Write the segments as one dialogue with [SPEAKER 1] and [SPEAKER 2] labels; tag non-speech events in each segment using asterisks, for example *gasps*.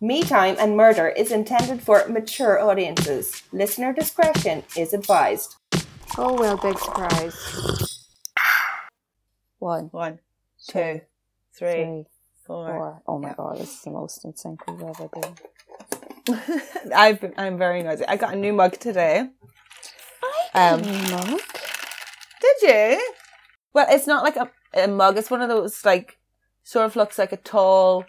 [SPEAKER 1] "Me Time and Murder" is intended for mature audiences. Listener discretion is advised.
[SPEAKER 2] Oh well, big surprise. One,
[SPEAKER 3] One, two, three,
[SPEAKER 2] three,
[SPEAKER 3] four.
[SPEAKER 2] four. Oh my god, this is the most in sync we've ever been.
[SPEAKER 3] *laughs* I've been, I'm very noisy. I got a new mug today. Um,
[SPEAKER 2] Mug?
[SPEAKER 3] Did you? Well, it's not like a, a mug. It's one of those like sort of looks like a tall,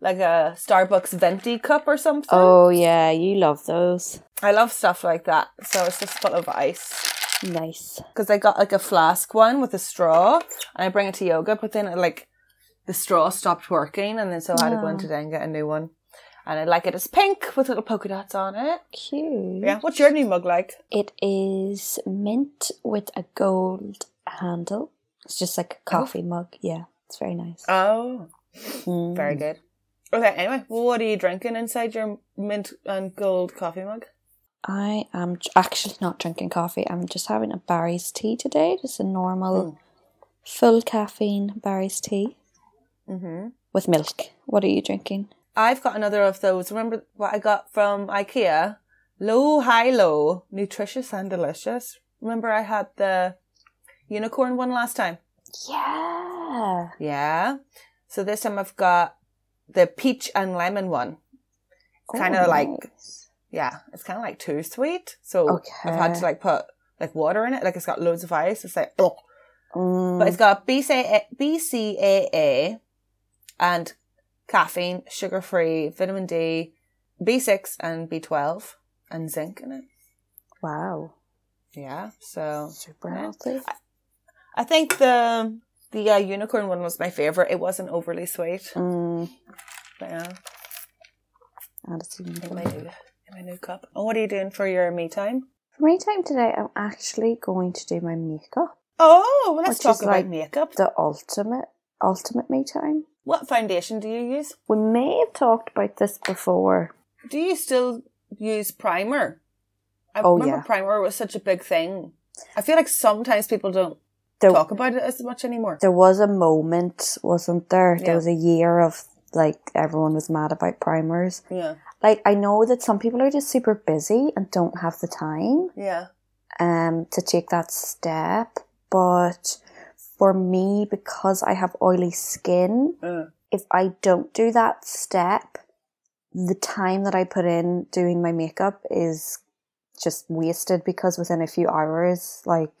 [SPEAKER 3] like a Starbucks venti cup or something.
[SPEAKER 2] Oh yeah, you love those.
[SPEAKER 3] I love stuff like that. So it's just full of ice.
[SPEAKER 2] Nice.
[SPEAKER 3] Because I got like a flask one with a straw, and I bring it to yoga. But then it, like the straw stopped working, and then so I had to go in today and get a new one. And I like it. It's pink with little polka dots on it.
[SPEAKER 2] Cute.
[SPEAKER 3] Yeah. What's your new mug like?
[SPEAKER 2] It is mint with a gold handle. It's just like a coffee mug. Yeah, it's very nice. Hmm.
[SPEAKER 3] Oh, very good. Okay, anyway, what are you drinking inside your mint and gold coffee mug?
[SPEAKER 2] I am j- actually not drinking coffee. I'm just having a Barry's tea today. Just a normal, full caffeine Barry's tea
[SPEAKER 3] Mm-hmm.
[SPEAKER 2] with milk. What are you drinking?
[SPEAKER 3] I've got another of those. Remember what I got from IKEA? Low, high, low, nutritious and delicious. Remember I had the unicorn one last time?
[SPEAKER 2] Yeah.
[SPEAKER 3] Yeah. So this time I've got the peach and lemon one. Kind
[SPEAKER 2] Oh,
[SPEAKER 3] of like, yeah, it's kind of like too sweet. So I've had to
[SPEAKER 2] Okay.
[SPEAKER 3] like put like water in it. Like it's got loads of ice. It's like, oh.
[SPEAKER 2] Mm,
[SPEAKER 3] But it's got BCA BCAA and caffeine, sugar free, vitamin D, B6 and B12 and zinc in it.
[SPEAKER 2] wow.
[SPEAKER 3] Yeah. So
[SPEAKER 2] Super
[SPEAKER 3] yeah.
[SPEAKER 2] healthy.
[SPEAKER 3] I think the the uh, unicorn one was my favorite. It wasn't overly sweet.
[SPEAKER 2] Mm,
[SPEAKER 3] But yeah,
[SPEAKER 2] and it's even
[SPEAKER 3] in
[SPEAKER 2] good.
[SPEAKER 3] my new in my new cup. Oh, what are you doing for your me time?
[SPEAKER 2] For my time today, I'm actually going to do my makeup.
[SPEAKER 3] Oh, well, let's
[SPEAKER 2] Which
[SPEAKER 3] talk
[SPEAKER 2] is
[SPEAKER 3] about
[SPEAKER 2] like
[SPEAKER 3] makeup.
[SPEAKER 2] The ultimate, ultimate me time.
[SPEAKER 3] What foundation do you use?
[SPEAKER 2] We may have talked about this before.
[SPEAKER 3] Do you still use primer? I
[SPEAKER 2] Oh,
[SPEAKER 3] remember
[SPEAKER 2] yeah.
[SPEAKER 3] primer was such a big thing. I feel like sometimes people don't
[SPEAKER 2] There,
[SPEAKER 3] talk about it as much anymore.
[SPEAKER 2] there was a moment, wasn't there?
[SPEAKER 3] Yeah.
[SPEAKER 2] There was a year of like everyone was mad about primers.
[SPEAKER 3] Yeah,
[SPEAKER 2] Like I know that some people are just super busy and don't have the time
[SPEAKER 3] yeah.
[SPEAKER 2] um to take that step, but for me because I have oily skin,
[SPEAKER 3] Uh,
[SPEAKER 2] if I don't do that step, the time that I put in doing my makeup is just wasted because within a few hours, like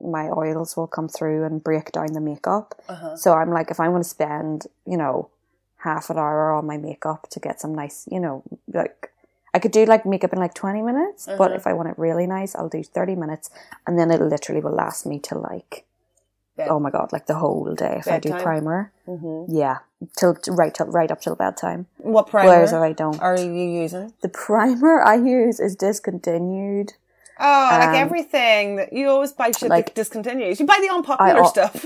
[SPEAKER 2] my oils will come through and break down the makeup.
[SPEAKER 3] uh-huh.
[SPEAKER 2] So I'm like, if I want to spend, you know, half an hour on my makeup to get some nice, you know, like I could do like makeup in like 20 minutes, but
[SPEAKER 3] Mhm.
[SPEAKER 2] if I want it really nice, I'll do 30 minutes and then it literally will last me till like,
[SPEAKER 3] Bed-
[SPEAKER 2] oh my God, like the whole day if I
[SPEAKER 3] Bedtime.
[SPEAKER 2] do primer.
[SPEAKER 3] Mm-hmm.
[SPEAKER 2] Yeah, till right till right up till bedtime.
[SPEAKER 3] What primer
[SPEAKER 2] Whereas if I don't,
[SPEAKER 3] are you using?
[SPEAKER 2] the primer I use is discontinued.
[SPEAKER 3] Oh,
[SPEAKER 2] Um,
[SPEAKER 3] like everything that you always buy shit
[SPEAKER 2] like-
[SPEAKER 3] that discontinues. You buy the unpopular
[SPEAKER 2] I al-
[SPEAKER 3] *laughs* stuff.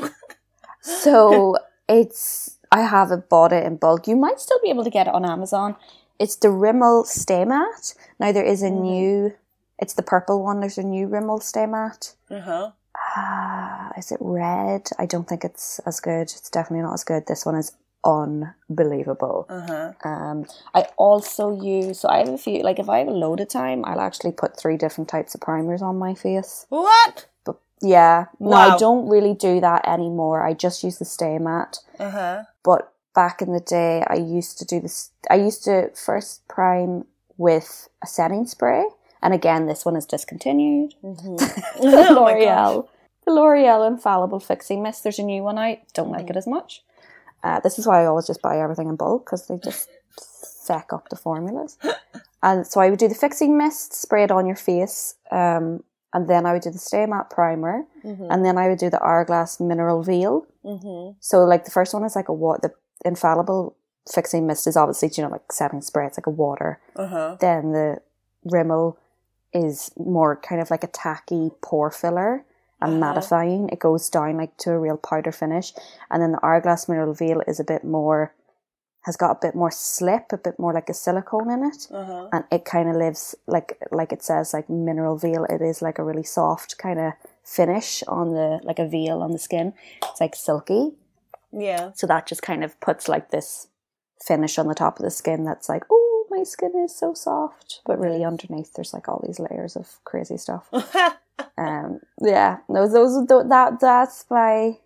[SPEAKER 2] So it's I haven't bought it in bulk. You might still be able to get it on Amazon. It's the Rimmel Stay Matte. Now there is a
[SPEAKER 3] Mhm.
[SPEAKER 2] new. It's the purple one. There's a new Rimmel Stay Matte.
[SPEAKER 3] uh huh.
[SPEAKER 2] Ah, is it red? I don't think it's as good. It's definitely not as good. This one is unbelievable.
[SPEAKER 3] Uh huh.
[SPEAKER 2] Um, I also use so I have a few like if I have a load of time, I'll actually put three different types of primers on my face.
[SPEAKER 3] What?
[SPEAKER 2] But yeah, no,
[SPEAKER 3] Wow.
[SPEAKER 2] I don't really do that anymore. I just use the stay matte.
[SPEAKER 3] Uh huh.
[SPEAKER 2] But back in the day, I used to do this. I used to first prime with a setting spray, and again, this one is discontinued.
[SPEAKER 3] *laughs* Mm-hmm.
[SPEAKER 2] The L'Oreal, the L'Oreal Infallible Fixing Mist. There's a new one out. Don't like it as much. Uh, this is why I always just buy everything in bulk because they just feck up the formulas. And so I would do the fixing mist, spray it on your face, um, and then I would do the stay matte primer,
[SPEAKER 3] Mm-hmm.
[SPEAKER 2] and then I would do the hourglass mineral veil.
[SPEAKER 3] Mm-hmm.
[SPEAKER 2] So like the first one is like a what the infallible fixing mist is obviously you know like setting spray. It's like a water.
[SPEAKER 3] Uh huh.
[SPEAKER 2] Then the Rimmel is more kind of like a tacky pore filler and
[SPEAKER 3] Uh-huh.
[SPEAKER 2] mattifying. It goes down like to a real powder finish. And then the Hourglass Mineral Veil is a bit more, has got a bit more slip, a bit more like a silicone in it.
[SPEAKER 3] Uh huh.
[SPEAKER 2] And it kind of lives like, like it says, like mineral veil. It is like a really soft kind of finish on the, like a veil on the skin. It's like silky.
[SPEAKER 3] Yeah. *laughs*
[SPEAKER 2] So that just kind of puts like this finish on the top of the skin that's like, ooh, my skin is so soft, but really underneath there's like all these layers of crazy stuff. *laughs* um, yeah, those those tho- that that's my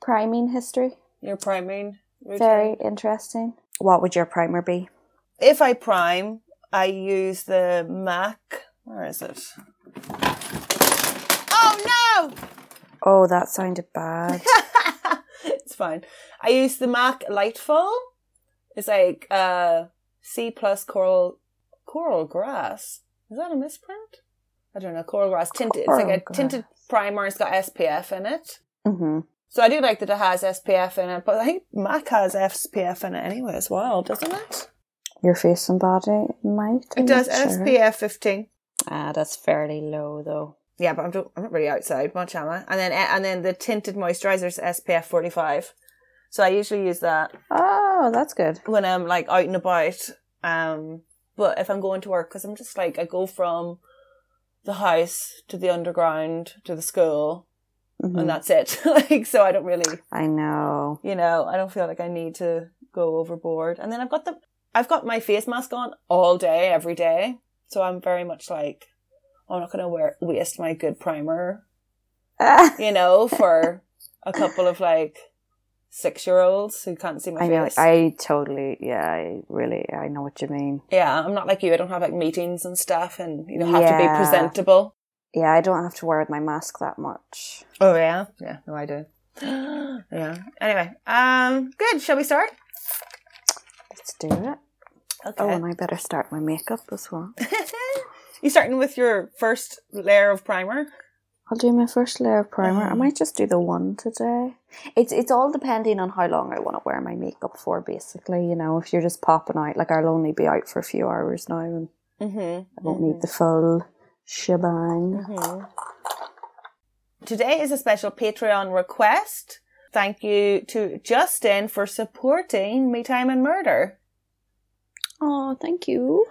[SPEAKER 2] priming history.
[SPEAKER 3] Your priming routine.
[SPEAKER 2] Very interesting. What would your primer be?
[SPEAKER 3] If I prime, I use the MAC. Where is it? Oh no!
[SPEAKER 2] Oh, that sounded
[SPEAKER 3] *laughs*
[SPEAKER 2] bad.
[SPEAKER 3] it's fine. I use the MAC Lightful. It's like uh, C plus coral coral grass. Is that a misprint? I don't know. Coral grass tinted. it's like a
[SPEAKER 2] Coral
[SPEAKER 3] tinted primer. It's got SPF in it.
[SPEAKER 2] hmm
[SPEAKER 3] So I do like that it has SPF in it, but I think MAC has SPF in it anyway as well, doesn't it?
[SPEAKER 2] Your face and body might. I'm
[SPEAKER 3] It does
[SPEAKER 2] not sure.
[SPEAKER 3] SPF 15.
[SPEAKER 2] Ah, that's fairly low though.
[SPEAKER 3] Yeah, but I'm, do- I'm not really outside much, am I? And then and then the tinted moisturizer is SPF 45. So I usually use that
[SPEAKER 2] Oh, that's good.
[SPEAKER 3] when I'm like out and about. Um, but if I'm going to work, because I'm just like I go from the house to the underground to the school,
[SPEAKER 2] Mhm.
[SPEAKER 3] and that's it. *laughs* like so, I don't really,
[SPEAKER 2] I
[SPEAKER 3] *laughs*
[SPEAKER 2] know.
[SPEAKER 3] you know, I don't feel like I need to go overboard. And then I've got the, I've got my face mask on all day, every day. So I'm very much like, I'm not gonna wear waste my good primer
[SPEAKER 2] Ah,
[SPEAKER 3] you know, for a couple of like six year olds who can't see my
[SPEAKER 2] I know.
[SPEAKER 3] face.
[SPEAKER 2] I totally. Yeah, I really. I know what you mean.
[SPEAKER 3] yeah, I'm not like you. I don't have like meetings and stuff and, you know, have to be
[SPEAKER 2] Yeah.
[SPEAKER 3] presentable.
[SPEAKER 2] Yeah, I don't have to wear my mask that much.
[SPEAKER 3] Oh, yeah. Yeah, no, I *gasps* do. yeah. Anyway, um, good. Shall we start?
[SPEAKER 2] Let's do it.
[SPEAKER 3] Okay.
[SPEAKER 2] Oh, and I better start my makeup as well.
[SPEAKER 3] *laughs* you starting with your first layer of primer?
[SPEAKER 2] I'll do my first layer of primer. I
[SPEAKER 3] Mhm.
[SPEAKER 2] might just do the one today. It's it's all depending on how long I want to wear my makeup for. Basically, you know, if you're just popping out, like I'll only be out for a few hours now, and
[SPEAKER 3] Mm-hmm.
[SPEAKER 2] I won't need the full shebang.
[SPEAKER 3] Today is a special Patreon request. Thank you to Justin for supporting Me Time and Murder.
[SPEAKER 2] Oh, thank you.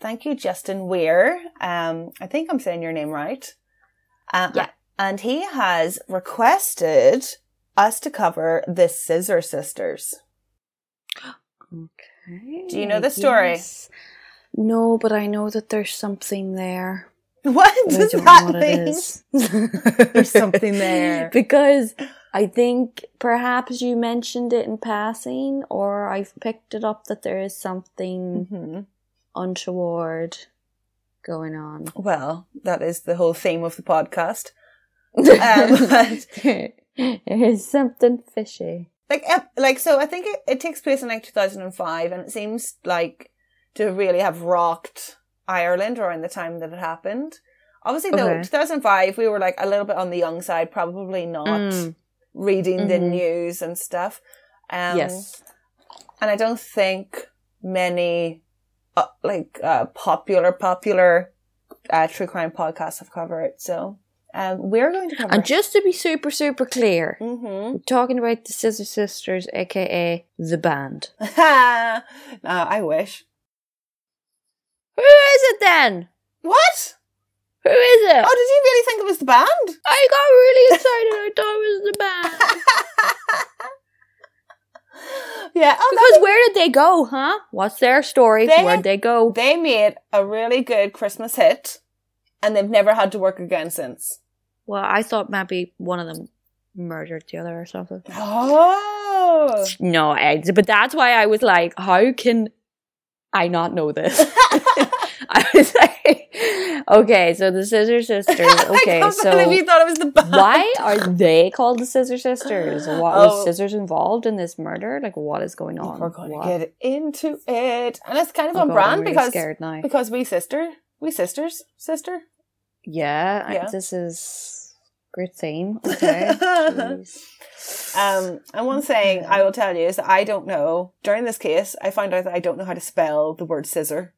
[SPEAKER 3] Thank you, Justin Weir. Um, I think I'm saying your name right. Um,
[SPEAKER 2] Yeah.
[SPEAKER 3] And he has requested us to cover the Scissor Sisters. *laughs*
[SPEAKER 2] Okay.
[SPEAKER 3] Do you know the story?
[SPEAKER 2] yes. No, but I know that there's something there.
[SPEAKER 3] What
[SPEAKER 2] but I
[SPEAKER 3] does
[SPEAKER 2] don't
[SPEAKER 3] that
[SPEAKER 2] know what
[SPEAKER 3] mean?
[SPEAKER 2] it is.
[SPEAKER 3] *laughs* There's something there.
[SPEAKER 2] *laughs* because I think perhaps you mentioned it in passing, or I've picked it up that there is something
[SPEAKER 3] Mhm.
[SPEAKER 2] untoward going on.
[SPEAKER 3] Well, that is the whole theme of the
[SPEAKER 2] *laughs*
[SPEAKER 3] podcast. Um,
[SPEAKER 2] There's something fishy.
[SPEAKER 3] Like, ep- like, so I think it, it takes place in like 2005, and it seems like to really have rocked Ireland around the time that it happened. Obviously, though,
[SPEAKER 2] Okay.
[SPEAKER 3] 2005, we were like a little bit on the young side, probably not.
[SPEAKER 2] Mm.
[SPEAKER 3] reading the
[SPEAKER 2] Mhm.
[SPEAKER 3] news and stuff. Um,
[SPEAKER 2] yes.
[SPEAKER 3] And I don't think many, uh, like, uh, popular, popular, uh, true crime podcasts have covered it. So, um, we're going to cover
[SPEAKER 2] And just to be super, super clear,
[SPEAKER 3] hmm *laughs*
[SPEAKER 2] we're talking about the Scissor Sisters, aka the band.
[SPEAKER 3] uh, I wish.
[SPEAKER 2] Who is it then?
[SPEAKER 3] What?
[SPEAKER 2] Who is it?
[SPEAKER 3] Oh, did you really think it was the band?
[SPEAKER 2] I got really excited. I thought it was the band.
[SPEAKER 3] yeah. Oh, that
[SPEAKER 2] Because where did they go, huh? What's their story?
[SPEAKER 3] They-
[SPEAKER 2] Where'd they go?
[SPEAKER 3] They made a really good Christmas hit and they've never had to work again since.
[SPEAKER 2] Well, I thought maybe one of them murdered the other or something.
[SPEAKER 3] Oh. *laughs*
[SPEAKER 2] No, I, but that's why I was like, how can I not know this? *laughs* I was like, okay, so the Scissor *laughs* Sisters. Okay,
[SPEAKER 3] I can't believe
[SPEAKER 2] so
[SPEAKER 3] you thought it was the band.
[SPEAKER 2] why are they called the Scissor *gasps* Sisters? What was
[SPEAKER 3] Oh.
[SPEAKER 2] Scissors involved in this murder? Like, what is going on?
[SPEAKER 3] We're going
[SPEAKER 2] What?
[SPEAKER 3] to get into it, and it's kind of
[SPEAKER 2] Oh
[SPEAKER 3] on
[SPEAKER 2] God,
[SPEAKER 3] brand
[SPEAKER 2] I'm really
[SPEAKER 3] because
[SPEAKER 2] scared now.
[SPEAKER 3] because we sister, we sisters, sister.
[SPEAKER 2] Yeah, I-
[SPEAKER 3] Yeah.
[SPEAKER 2] this is great *laughs* theme.
[SPEAKER 3] *laughs*
[SPEAKER 2] Okay. Jeez.
[SPEAKER 3] Um, and one thing I will tell you is that I don't know. During this case, I found out that I don't know how to spell the word scissor.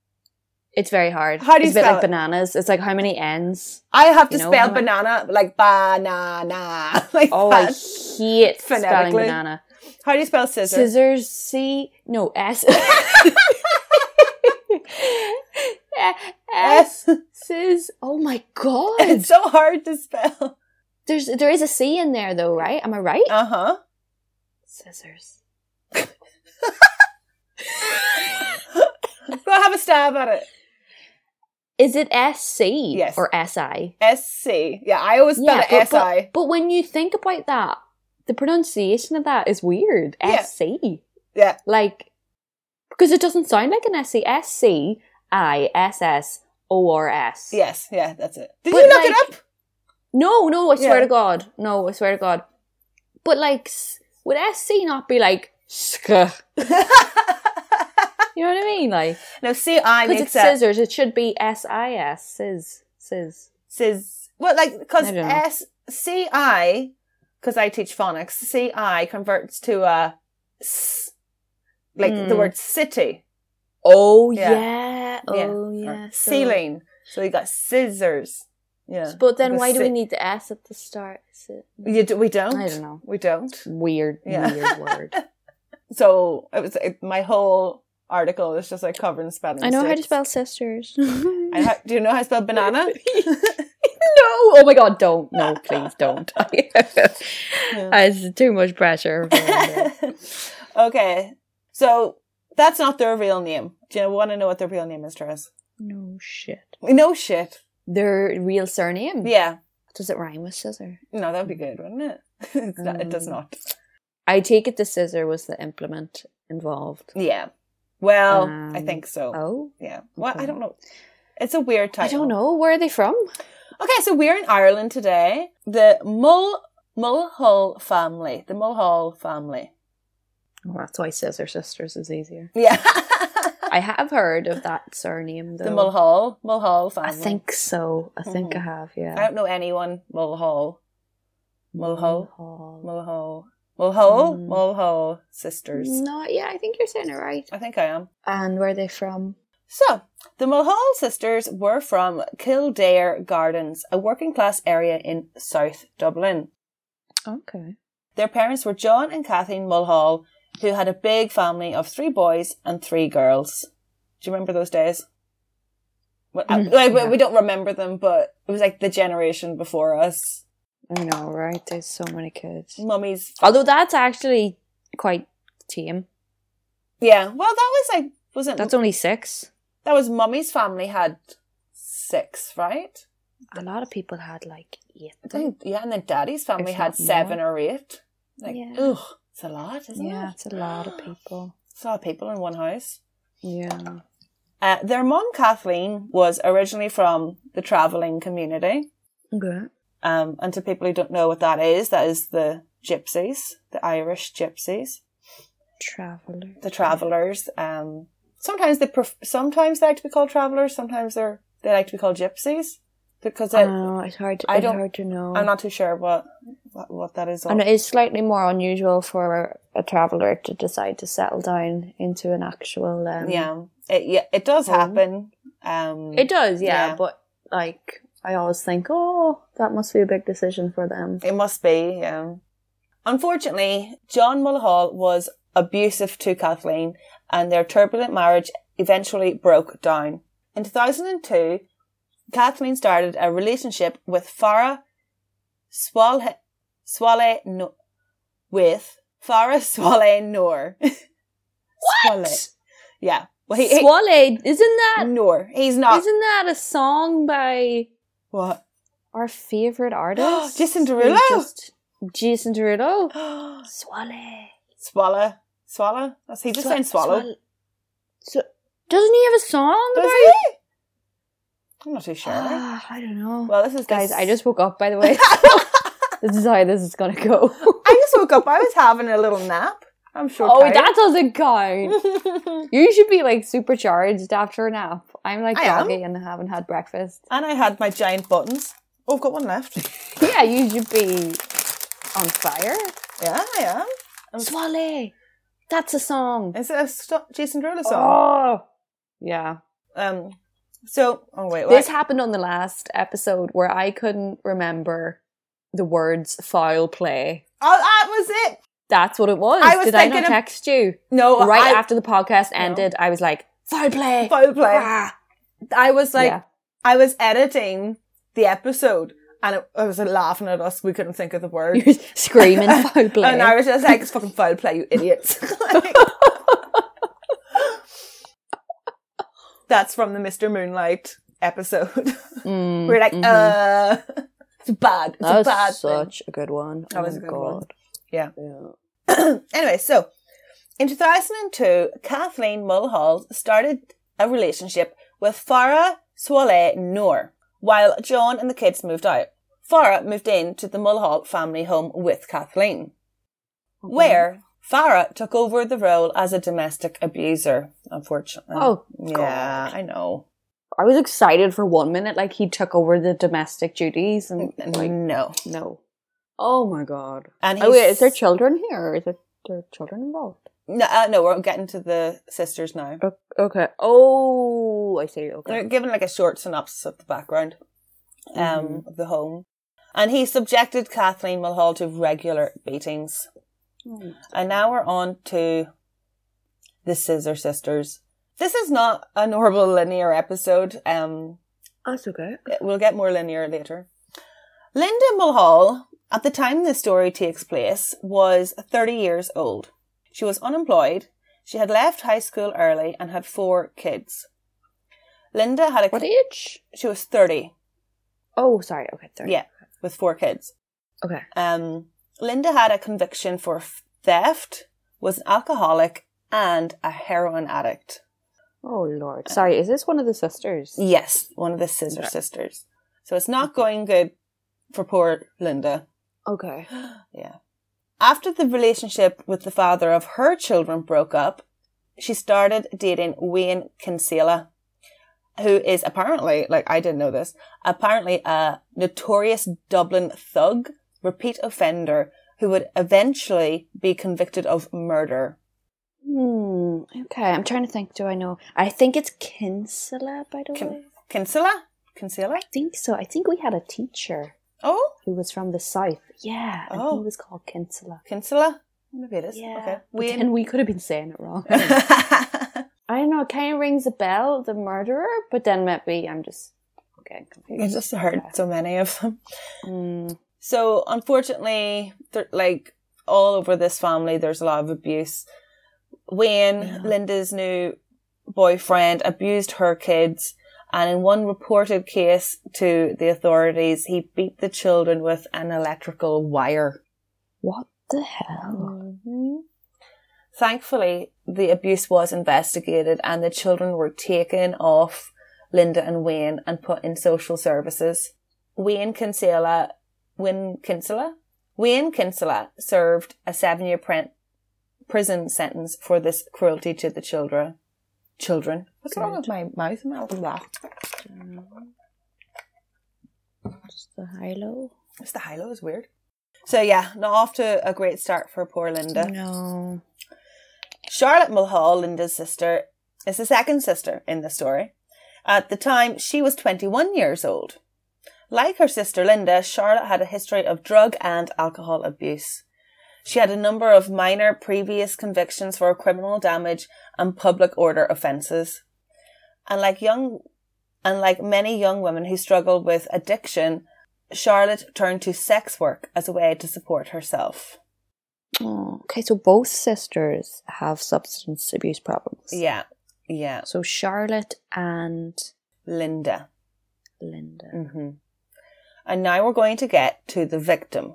[SPEAKER 2] it's very hard.
[SPEAKER 3] how do you
[SPEAKER 2] it's a bit
[SPEAKER 3] spell
[SPEAKER 2] like
[SPEAKER 3] it?
[SPEAKER 2] bananas. It's like how many N's?
[SPEAKER 3] I have to
[SPEAKER 2] You know,
[SPEAKER 3] spell
[SPEAKER 2] when
[SPEAKER 3] banana like banana. *laughs* Like
[SPEAKER 2] Oh, I
[SPEAKER 3] that.
[SPEAKER 2] hate spelling
[SPEAKER 3] phonetically.
[SPEAKER 2] banana.
[SPEAKER 3] how do you spell scissor?
[SPEAKER 2] Scissors, C, no, S. *laughs* S,
[SPEAKER 3] *laughs* S.
[SPEAKER 2] sis. Oh my god.
[SPEAKER 3] *laughs* It's so hard to spell.
[SPEAKER 2] There's there is a C in there though, right? Am I right?
[SPEAKER 3] Uh huh.
[SPEAKER 2] Scissors.
[SPEAKER 3] Go have a stab at it.
[SPEAKER 2] Is it SC
[SPEAKER 3] Yes.
[SPEAKER 2] or SI?
[SPEAKER 3] SC. Yeah, I always spell
[SPEAKER 2] but,
[SPEAKER 3] it SI.
[SPEAKER 2] But, but when you think about that, the pronunciation of that is weird.
[SPEAKER 3] Yeah.
[SPEAKER 2] SC.
[SPEAKER 3] Yeah.
[SPEAKER 2] Like, because it doesn't sound like an SC. SC, I, SS, ORS.
[SPEAKER 3] Yes, yeah, that's it. Did
[SPEAKER 2] But,
[SPEAKER 3] you look
[SPEAKER 2] like,
[SPEAKER 3] it up? *laughs*
[SPEAKER 2] No, no, I swear
[SPEAKER 3] Yeah.
[SPEAKER 2] to God. No, I swear to God. But like, s- would SC not be like, sk? You know what I mean? Like,
[SPEAKER 3] no, CI
[SPEAKER 2] because it's
[SPEAKER 3] makes sense.
[SPEAKER 2] scissors, it should be S-I-S, sizz, sizz.
[SPEAKER 3] Says well, like because
[SPEAKER 2] I don't know.
[SPEAKER 3] S C I, because I teach phonics. C I converts to a s, like the
[SPEAKER 2] Hmm.
[SPEAKER 3] word city,
[SPEAKER 2] Oh,
[SPEAKER 3] Yeah.
[SPEAKER 2] yeah.
[SPEAKER 3] Yeah.
[SPEAKER 2] Oh,
[SPEAKER 3] or
[SPEAKER 2] yeah. so-
[SPEAKER 3] ceiling. So you got scissors. Yeah,
[SPEAKER 2] But then
[SPEAKER 3] Because
[SPEAKER 2] why do we
[SPEAKER 3] si-
[SPEAKER 2] need the S at the start? Is it-
[SPEAKER 3] you d- we don't.
[SPEAKER 2] I don't know.
[SPEAKER 3] We don't.
[SPEAKER 2] Weird,
[SPEAKER 3] Yeah.
[SPEAKER 2] weird word.
[SPEAKER 3] *laughs* So it was it, my whole article is just like covering spelling.
[SPEAKER 2] I know how to
[SPEAKER 3] mistakes.
[SPEAKER 2] spell sisters.
[SPEAKER 3] *laughs* I ha- do you know how to spell
[SPEAKER 2] *laughs*
[SPEAKER 3] banana?
[SPEAKER 2] No! Oh my god, don't. No, please don't. *laughs*
[SPEAKER 3] Yeah.
[SPEAKER 2] It's too much *laughs* pressure.
[SPEAKER 3] *laughs* okay, so that's not their real name. Do you want to know what their real name is, Therese?
[SPEAKER 2] no shit.
[SPEAKER 3] No shit.
[SPEAKER 2] Their real surname?
[SPEAKER 3] Yeah.
[SPEAKER 2] Does it rhyme with scissor?
[SPEAKER 3] No, that'd be good, wouldn't it? *laughs* it's not, it does
[SPEAKER 1] Mm.
[SPEAKER 2] Um,
[SPEAKER 3] not.
[SPEAKER 2] I take it the scissor was the implement involved.
[SPEAKER 3] Yeah. Well, I
[SPEAKER 2] Um,
[SPEAKER 3] think so.
[SPEAKER 2] Oh.
[SPEAKER 3] yeah. Well, I
[SPEAKER 2] okay.
[SPEAKER 3] don't know. It's a weird
[SPEAKER 2] I
[SPEAKER 3] title.
[SPEAKER 2] don't know. Where are they from?
[SPEAKER 3] Okay, so we're in Ireland today. The Mul Mulhall family. The Mulhall family.
[SPEAKER 2] Well, that's why scissor sisters is easier.
[SPEAKER 3] Yeah.
[SPEAKER 2] *laughs*
[SPEAKER 3] *laughs*
[SPEAKER 2] I have heard of that surname though.
[SPEAKER 1] Oh.
[SPEAKER 3] the Mulhall Mulhall family.
[SPEAKER 2] I think so. I think Mm-hmm. I have,
[SPEAKER 3] I
[SPEAKER 2] yeah.
[SPEAKER 3] don't know anyone Mulhall. Mulhall.
[SPEAKER 2] Mulhall.
[SPEAKER 3] Mulhall. Mulhall.
[SPEAKER 2] Mm.
[SPEAKER 3] Mulhall sisters.
[SPEAKER 2] No, yeah, I think you're saying it right.
[SPEAKER 3] I think I am.
[SPEAKER 2] And where are they from?
[SPEAKER 3] So, the Mulhall sisters were from Kildare Gardens, a working class area in South Dublin.
[SPEAKER 2] Okay.
[SPEAKER 3] Their parents were John and Kathleen Mulhall, who had a big family of three boys and three girls. Do you remember those days? Well, I-
[SPEAKER 2] Mm,
[SPEAKER 3] like, we-
[SPEAKER 2] yeah.
[SPEAKER 3] We don't remember them, but it was like the generation before us.
[SPEAKER 2] I know, right? There's so many kids.
[SPEAKER 3] Mummies.
[SPEAKER 2] Mm. Although that's actually quite tame.
[SPEAKER 3] Yeah, well, that was like, wasn't
[SPEAKER 2] That's only six.
[SPEAKER 3] that was mummy's family had six, right?
[SPEAKER 2] A lot of people had like eight.
[SPEAKER 3] I think, yeah, and then daddy's family
[SPEAKER 2] If
[SPEAKER 3] had
[SPEAKER 2] not
[SPEAKER 3] seven or eight. Like,
[SPEAKER 2] Yeah.
[SPEAKER 3] ugh, it's a lot, isn't it?
[SPEAKER 2] Yeah, it's a lot of people.
[SPEAKER 3] It's a lot of people in one house.
[SPEAKER 2] Yeah.
[SPEAKER 3] Uh, their mum, Kathleen, was originally from the travelling community.
[SPEAKER 2] Okay.
[SPEAKER 3] Um, and to people who don't know what that is, that is the gypsies, the Irish gypsies,
[SPEAKER 2] Traveler.
[SPEAKER 3] the travellers. Um, sometimes they pref- sometimes they like to be called travellers. Sometimes they're they like to be called gypsies because it,
[SPEAKER 2] Oh, it's hard. To,
[SPEAKER 3] I
[SPEAKER 2] it's
[SPEAKER 3] don't-
[SPEAKER 2] hard to know.
[SPEAKER 3] I'm not too sure what what, what that is. all
[SPEAKER 2] And it is slightly more unusual for a traveler to decide to settle down into an actual. Um,
[SPEAKER 3] yeah, it yeah, it does
[SPEAKER 2] home.
[SPEAKER 3] happen. Um,
[SPEAKER 2] It does, yeah,
[SPEAKER 3] Yeah.
[SPEAKER 2] But like, I always think, oh, that must be a big decision for them.
[SPEAKER 3] It must be, yeah. Unfortunately, John Mulhall was abusive to Kathleen and their turbulent marriage eventually broke down. In 2002, Kathleen started a relationship with Farah Swaleh, Swaleh no- with Farah *laughs* Swaleh Noor. Swaleh. Yeah. Well, he, he,
[SPEAKER 2] Swaleh, isn't that?
[SPEAKER 3] Noor. He's not.
[SPEAKER 2] Isn't that a song by
[SPEAKER 3] What? *gasps*
[SPEAKER 2] our favorite artist,
[SPEAKER 3] Jason
[SPEAKER 2] who
[SPEAKER 3] Derulo?
[SPEAKER 2] just- Jason Derulo.
[SPEAKER 3] Swaleh.
[SPEAKER 2] Swaleh.
[SPEAKER 3] Swaleh? That's- He just
[SPEAKER 2] Swa-
[SPEAKER 3] saying swallow.
[SPEAKER 2] swall- So doesn't he have a song?
[SPEAKER 3] Does
[SPEAKER 2] about
[SPEAKER 3] he? I'm not too sure.
[SPEAKER 2] Ah, I don't know.
[SPEAKER 3] *gasps* well, this is
[SPEAKER 2] Guys,
[SPEAKER 3] this- *laughs*
[SPEAKER 2] I just woke up, by the way. this is how this is gonna
[SPEAKER 3] *laughs*
[SPEAKER 2] go.
[SPEAKER 3] I just woke up. I was having a little nap. I'm sure.
[SPEAKER 2] oh,
[SPEAKER 3] tired.
[SPEAKER 2] that doesn't count.
[SPEAKER 3] *laughs*
[SPEAKER 2] You should be like supercharged after a nap. I'm like
[SPEAKER 3] I am.
[SPEAKER 2] groggy and haven't had breakfast.
[SPEAKER 3] and I had my giant buttons. Oh, I've got one *laughs* left.
[SPEAKER 2] Yeah, you should be on fire.
[SPEAKER 3] Yeah, I am.
[SPEAKER 2] Swale. That's a song.
[SPEAKER 3] Is it a st- Jason Derulo song?
[SPEAKER 2] Oh. Yeah.
[SPEAKER 3] Um. So, oh wait,
[SPEAKER 2] This
[SPEAKER 3] wait.
[SPEAKER 2] happened on the last episode where I couldn't remember the words foul play.
[SPEAKER 3] oh, that was it.
[SPEAKER 2] That's what it was.
[SPEAKER 3] I was
[SPEAKER 2] Did I
[SPEAKER 3] thinking
[SPEAKER 2] not
[SPEAKER 3] of-
[SPEAKER 2] text you?
[SPEAKER 3] No,
[SPEAKER 2] right
[SPEAKER 3] I,
[SPEAKER 2] after the podcast ended, I was like, foul play.
[SPEAKER 3] foul play.
[SPEAKER 2] *laughs* Ah.
[SPEAKER 3] I was like,
[SPEAKER 2] Yeah. *laughs*
[SPEAKER 3] I was editing the episode, and it, I was laughing at us. We couldn't think of the word.
[SPEAKER 2] You're
[SPEAKER 3] *laughs*
[SPEAKER 2] screaming foul play.
[SPEAKER 3] And I was just like, it's fucking *laughs* foul play, you idiots. Like- That's from the Mr. Moonlight episode. *laughs*
[SPEAKER 2] Mm,
[SPEAKER 3] We're like,
[SPEAKER 2] mhm.
[SPEAKER 3] uh, *laughs* it's bad. It's
[SPEAKER 2] that
[SPEAKER 3] a
[SPEAKER 2] was
[SPEAKER 3] bad thing.
[SPEAKER 2] such a good one.
[SPEAKER 3] That
[SPEAKER 2] oh
[SPEAKER 3] was a
[SPEAKER 2] my
[SPEAKER 3] good one.
[SPEAKER 2] God.
[SPEAKER 3] Yeah.
[SPEAKER 2] yeah.
[SPEAKER 3] anyway, so in 2002, Kathleen Mulhall started a relationship with Farah Swaleh Noor while John and the kids moved out. Farah moved in to the Mulhall family home with Kathleen,
[SPEAKER 2] Mm-hmm.
[SPEAKER 3] where Farah took over the role as a domestic abuser, unfortunately.
[SPEAKER 2] Oh,
[SPEAKER 3] yeah, I know.
[SPEAKER 2] I was excited for one minute, like he took over the domestic duties, and like
[SPEAKER 3] No.
[SPEAKER 2] no. Oh my god!
[SPEAKER 3] And
[SPEAKER 2] Oh wait,
[SPEAKER 3] he's-
[SPEAKER 2] is there children here? Or is there, there children involved?
[SPEAKER 3] No, uh, no, we're getting to the sisters now.
[SPEAKER 2] O- Okay. Oh, I see. Okay.
[SPEAKER 3] They're given like a short synopsis of the background um,
[SPEAKER 2] Mm-hmm.
[SPEAKER 3] of the home. And he subjected Kathleen Mulhall to regular beatings.
[SPEAKER 2] Mm.
[SPEAKER 3] And now we're on to the Scissor Sisters. This is not a normal linear episode. Um,
[SPEAKER 2] That's okay.
[SPEAKER 3] We'll get more linear later. Linda Mulhall, at the time this story takes place, was 30 years old. She was unemployed. She had left high school early and had four kids. Linda had a
[SPEAKER 2] What age?
[SPEAKER 3] she was 30
[SPEAKER 2] Oh, sorry. Okay, sorry.
[SPEAKER 3] Yeah. with four kids.
[SPEAKER 2] Okay.
[SPEAKER 3] Um, Linda had a conviction for f- theft, was an alcoholic, and a heroin addict.
[SPEAKER 2] Oh lord. Sorry. Is this one of the sisters?
[SPEAKER 3] Yes, one of the Scissor
[SPEAKER 2] Okay.
[SPEAKER 3] Sisters. So it's not going good for poor Linda.
[SPEAKER 2] Okay.
[SPEAKER 3] Yeah. After the relationship with the father of her children broke up, she started dating Wayne Kinsella, who is apparently, like I didn't know this, apparently a notorious Dublin thug, repeat offender, who would eventually be convicted of murder.
[SPEAKER 2] Hmm. Okay. I'm trying to think. Do I know? I think it's Kinsella, by the
[SPEAKER 3] Kin-
[SPEAKER 2] way.
[SPEAKER 3] Kinsella? Kinsella?
[SPEAKER 2] I think so. I think we had a teacher
[SPEAKER 3] Oh,
[SPEAKER 2] who was from the south. Yeah. I think
[SPEAKER 3] Oh.
[SPEAKER 2] he was called Kinsella.
[SPEAKER 3] Kinsella? Maybe it is. Okay.
[SPEAKER 2] Wayne.
[SPEAKER 3] *laughs* Wayne.
[SPEAKER 2] And we could have been saying it wrong. I don't know. It kind of rings a bell, the murderer, but then maybe I'm just getting
[SPEAKER 3] I
[SPEAKER 2] confused.
[SPEAKER 3] just heard so many of them.
[SPEAKER 2] Mm,
[SPEAKER 3] So unfortunately, there, like all over this family, there's a lot of abuse. Wayne, Linda's new boyfriend, abused her kids, and in one reported case to the authorities, he beat the children with an electrical wire.
[SPEAKER 2] what the hell?
[SPEAKER 3] Oh. Mm-hmm. Thankfully, the abuse was investigated, and the children were taken off Linda and Wayne and put in social services. Wayne Kinsella, Wayne Kinsella, Wayne Kinsella served a seven-year print prison sentence for this cruelty to the children. Children. What's wrong with my mouth? and all of that?
[SPEAKER 2] Just the high low?
[SPEAKER 3] It's the high-low is weird. So yeah, not off to a great start for poor Linda.
[SPEAKER 2] No.
[SPEAKER 3] Charlotte Mulhall, Linda's sister, is the second sister in the story. At the time, she was 21 years old. Like her sister Linda, Charlotte had a history of drug and alcohol abuse. She had a number of minor previous convictions for criminal damage and public order offences. And like young, and like many young women who struggled with addiction, Charlotte turned to sex work as a way to support herself.
[SPEAKER 2] Oh, okay, so both sisters have substance abuse problems.
[SPEAKER 3] Yeah, yeah,
[SPEAKER 2] So Charlotte and
[SPEAKER 3] Linda.
[SPEAKER 2] Linda.
[SPEAKER 3] hmm And now we're going to get to the victim.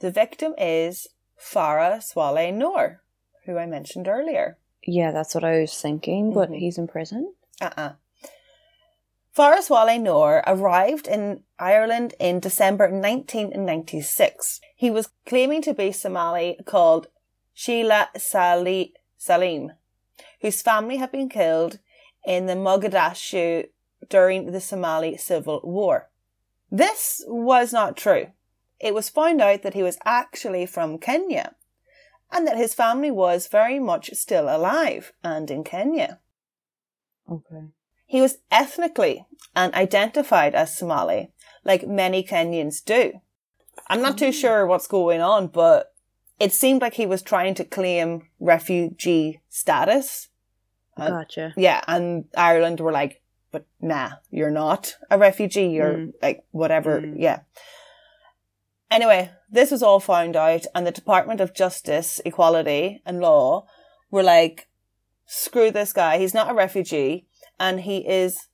[SPEAKER 3] The victim is Farah Swaleh Noor, who I mentioned earlier.
[SPEAKER 2] Yeah, that's what I was thinking, but
[SPEAKER 3] Mhm.
[SPEAKER 2] he's in prison.
[SPEAKER 3] Uh-uh. Farah Swaleh Noor arrived in Ireland in December 1996. He was claiming to be Somali called Sheila Sali- Salim, whose family had been killed in the Mogadishu during the Somali Civil War. This was not true. It was found out that he was actually from Kenya and that his family was very much still alive and in Kenya.
[SPEAKER 2] Okay.
[SPEAKER 3] He was ethnically and identified as Somali, like many Kenyans do. I'm not too sure what's going on, but it seemed like he was trying to claim refugee status. Uh,
[SPEAKER 2] Gotcha.
[SPEAKER 3] Yeah, and Ireland were like, but nah, you're not a refugee, you're
[SPEAKER 2] Mm.
[SPEAKER 3] like whatever,
[SPEAKER 2] Mm.
[SPEAKER 3] yeah. Anyway, this was all found out, and the Department of Justice, Equality and Law were like, screw this guy, he's not a refugee, and he is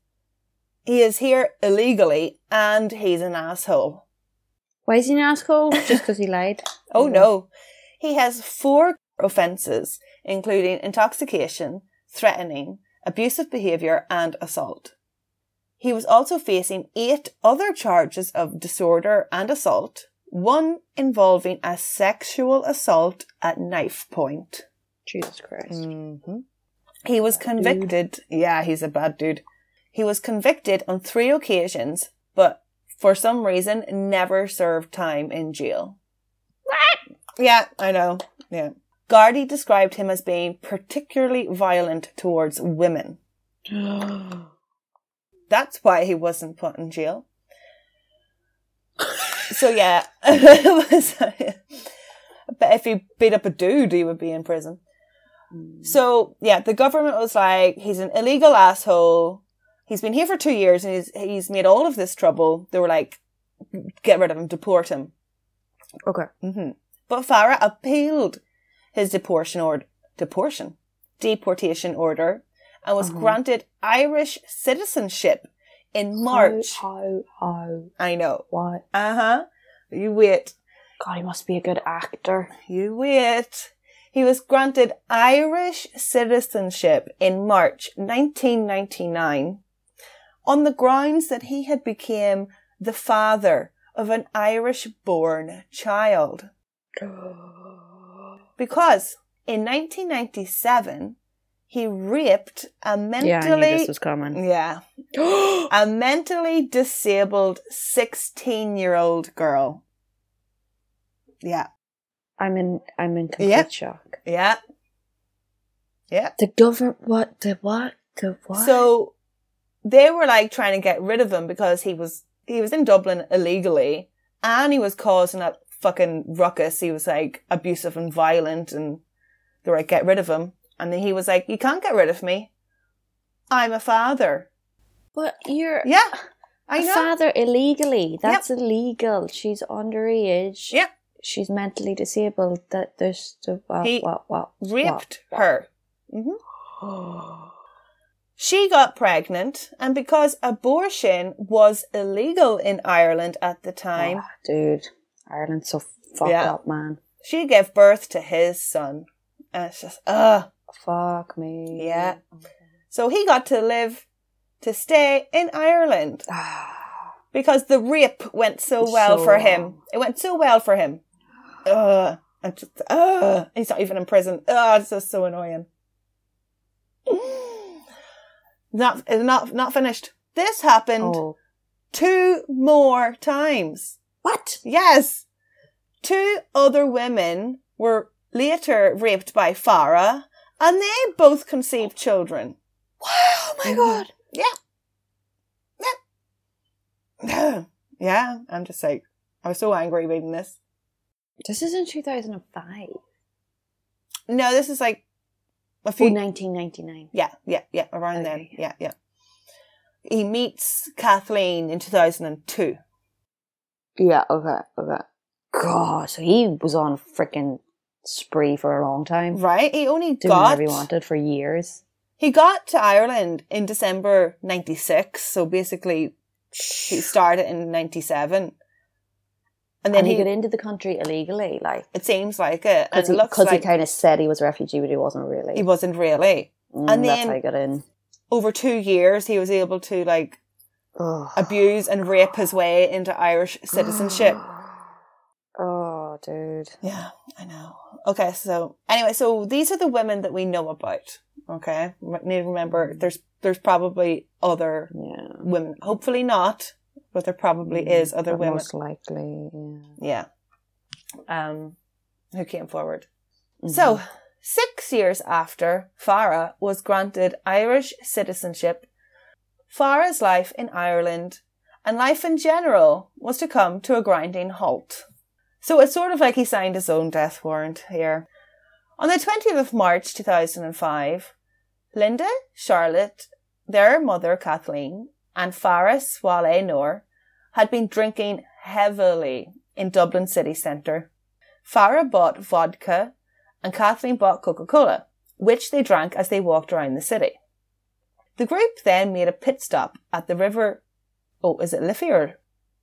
[SPEAKER 3] he is here illegally and he's an asshole.
[SPEAKER 2] Why is he an
[SPEAKER 3] *laughs*
[SPEAKER 2] asshole? Just because he lied.
[SPEAKER 3] Oh no. He has four offences, including intoxication, threatening, abusive behaviour, and assault. He was also facing eight other charges of disorder and assault, one involving a sexual assault at knife point.
[SPEAKER 2] Jesus Christ.
[SPEAKER 3] Mm-hmm. He was convicted. Yeah, he's a bad dude. He was convicted on three occasions, but for some reason never served time in jail. What? Yeah, I know. Yeah. Gardy described him as being particularly violent towards women.
[SPEAKER 2] Mm.
[SPEAKER 3] That's why he wasn't put in jail. so yeah, *laughs* but if he beat up a dude, he would be in prison. So yeah, the government was like, he's an illegal asshole. He's been here for two years and he's he's made all of this trouble. They were like, get rid of him, deport him.
[SPEAKER 2] *gasps* Okay.
[SPEAKER 3] hmm But Farah appealed his deportation order, deportation, deportation order, and was granted Irish citizenship in March.
[SPEAKER 2] Oh, oh, oh.
[SPEAKER 3] I know.
[SPEAKER 2] Why?
[SPEAKER 3] Uh huh. You wait.
[SPEAKER 2] God, he must be a good actor.
[SPEAKER 3] You wait. He was granted Irish citizenship in March 1999 on the grounds that he had become the father of an Irish born child. Because in 1997, he raped a mentally,
[SPEAKER 2] *gasps* coming.
[SPEAKER 3] yeah, a mentally disabled 16 year old girl. Yeah.
[SPEAKER 2] I'm in. I'm in complete
[SPEAKER 3] Yeah.
[SPEAKER 2] shock.
[SPEAKER 3] Yeah. Yeah.
[SPEAKER 2] The government. What? The what? The what?
[SPEAKER 3] So they were like trying to get rid of him because he was he was in Dublin illegally and he was causing a fucking ruckus. He was like abusive and violent and they were like, get rid of him. And then he was like, You can't get rid of me. I'm a father.
[SPEAKER 2] but you're
[SPEAKER 3] Yeah.
[SPEAKER 2] *laughs*
[SPEAKER 3] I
[SPEAKER 2] a
[SPEAKER 3] know.
[SPEAKER 2] father illegally. That's illegal. She's underage.
[SPEAKER 3] Yeah.
[SPEAKER 2] She's mentally disabled. That there's the what?
[SPEAKER 3] He
[SPEAKER 2] what? What?
[SPEAKER 3] *gasps*
[SPEAKER 2] Ah,
[SPEAKER 3] raped her. hmm She got pregnant, and because abortion was illegal in Ireland at the time,
[SPEAKER 2] Ah, dude, Ireland's so fucked
[SPEAKER 3] Yeah.
[SPEAKER 2] up, man.
[SPEAKER 3] she gave birth to his son. And it's just, ugh.
[SPEAKER 2] Fuck me.
[SPEAKER 3] Yeah.
[SPEAKER 2] *sighs*
[SPEAKER 3] So he got to live, to stay in Ireland
[SPEAKER 2] Ah,
[SPEAKER 3] because the rape went so well
[SPEAKER 2] So
[SPEAKER 3] for him.
[SPEAKER 2] wrong.
[SPEAKER 3] It went so well for him. Ugh. And just, ugh. He's not even in prison. Ugh, it's just
[SPEAKER 2] *gasps*
[SPEAKER 3] so annoying. Not, not, not finished. This happened
[SPEAKER 2] oh.
[SPEAKER 3] two more times.
[SPEAKER 2] What?
[SPEAKER 3] Yes. Two other women were later raped by Farah and they both conceived children.
[SPEAKER 2] Oh my god.
[SPEAKER 3] *clears throat* yeah, I'm just like, I was so angry reading this.
[SPEAKER 2] This is in 2005.
[SPEAKER 3] No, this is like a
[SPEAKER 2] Oh,
[SPEAKER 3] few.
[SPEAKER 2] 1999.
[SPEAKER 3] yeah, yeah, yeah, around then.
[SPEAKER 2] Okay.
[SPEAKER 3] Yeah, yeah. He meets Kathleen in 2002.
[SPEAKER 2] Yeah, okay, okay. God, so he was on a freaking spree for a long time.
[SPEAKER 3] Right? He only
[SPEAKER 2] Doing
[SPEAKER 3] got.
[SPEAKER 2] whatever he wanted for years.
[SPEAKER 3] He got to Ireland in December 96, so basically he started in 97. And
[SPEAKER 2] And
[SPEAKER 3] then
[SPEAKER 2] he,
[SPEAKER 3] he,
[SPEAKER 2] got into the country illegally, like,
[SPEAKER 3] it seems like it. And
[SPEAKER 2] because
[SPEAKER 3] it
[SPEAKER 2] he,
[SPEAKER 3] looks
[SPEAKER 2] 'cause he
[SPEAKER 3] like
[SPEAKER 2] kind of said he was a refugee, but he wasn't really.
[SPEAKER 3] he wasn't really.
[SPEAKER 2] Mm,
[SPEAKER 3] and
[SPEAKER 2] that's
[SPEAKER 3] then-
[SPEAKER 2] how he got in.
[SPEAKER 3] Over two years, he was able to like
[SPEAKER 2] *sighs* Oh,
[SPEAKER 3] abuse and rape his way into
[SPEAKER 2] *gasps*
[SPEAKER 3] Irish citizenship.
[SPEAKER 2] oh dude.
[SPEAKER 3] Yeah, I know. Okay, so anyway, so these are the women that we know about. Okay, M- need to
[SPEAKER 2] Mm-hmm.
[SPEAKER 3] remember there's there's probably other
[SPEAKER 2] Yeah.
[SPEAKER 3] women. Hopefully not, but there probably is other
[SPEAKER 2] Mm-hmm. But
[SPEAKER 3] women.
[SPEAKER 2] Most likely, yeah.
[SPEAKER 3] Yeah, um, who came forward.
[SPEAKER 2] Mm-hmm.
[SPEAKER 3] So six years after Farah was granted Irish citizenship, Farah's life in Ireland and life in general was to come to a grinding halt. So it's sort of like he signed his own death warrant here. On the 20th of March 2005, Linda, Charlotte, their mother Kathleen, and Farah Swale Noor had been drinking heavily in Dublin city centre. Farah bought vodka and Kathleen bought Coca Cola, which they drank as they walked around the city. The group then made a pit stop at the river. Oh, is it Liffey or?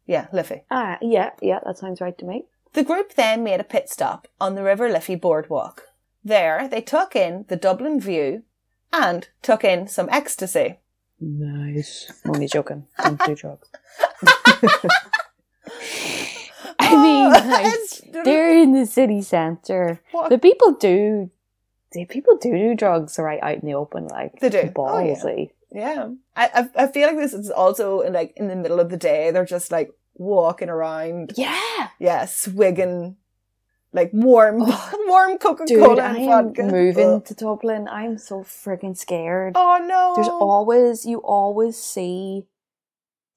[SPEAKER 3] Yeah, Liffey.
[SPEAKER 4] Ah, yeah, yeah, that sounds right to me.
[SPEAKER 3] The group then made a pit stop on the River Liffey boardwalk. There, they took in the Dublin view and took in some ecstasy.
[SPEAKER 4] Nice. I'm only joking. Don't
[SPEAKER 3] *laughs*
[SPEAKER 4] do drugs. I
[SPEAKER 3] Oh,
[SPEAKER 4] mean, like, they're in the city centre.
[SPEAKER 3] What?
[SPEAKER 4] The people do. The people do do drugs right out in the open, like
[SPEAKER 3] They do. Oh, yeah.
[SPEAKER 4] ballsy.
[SPEAKER 3] yeah, I, I I feel like this is also in, like in the middle of the day. They're just like walking around,
[SPEAKER 4] yeah,
[SPEAKER 3] yeah, swigging like warm *laughs* warm Coca
[SPEAKER 4] dude,
[SPEAKER 3] Cola
[SPEAKER 4] I
[SPEAKER 3] and
[SPEAKER 4] am
[SPEAKER 3] vodka.
[SPEAKER 4] moving
[SPEAKER 3] Ugh.
[SPEAKER 4] to Dublin. I'm so friggin' scared.
[SPEAKER 3] Oh no!
[SPEAKER 4] There's always you always see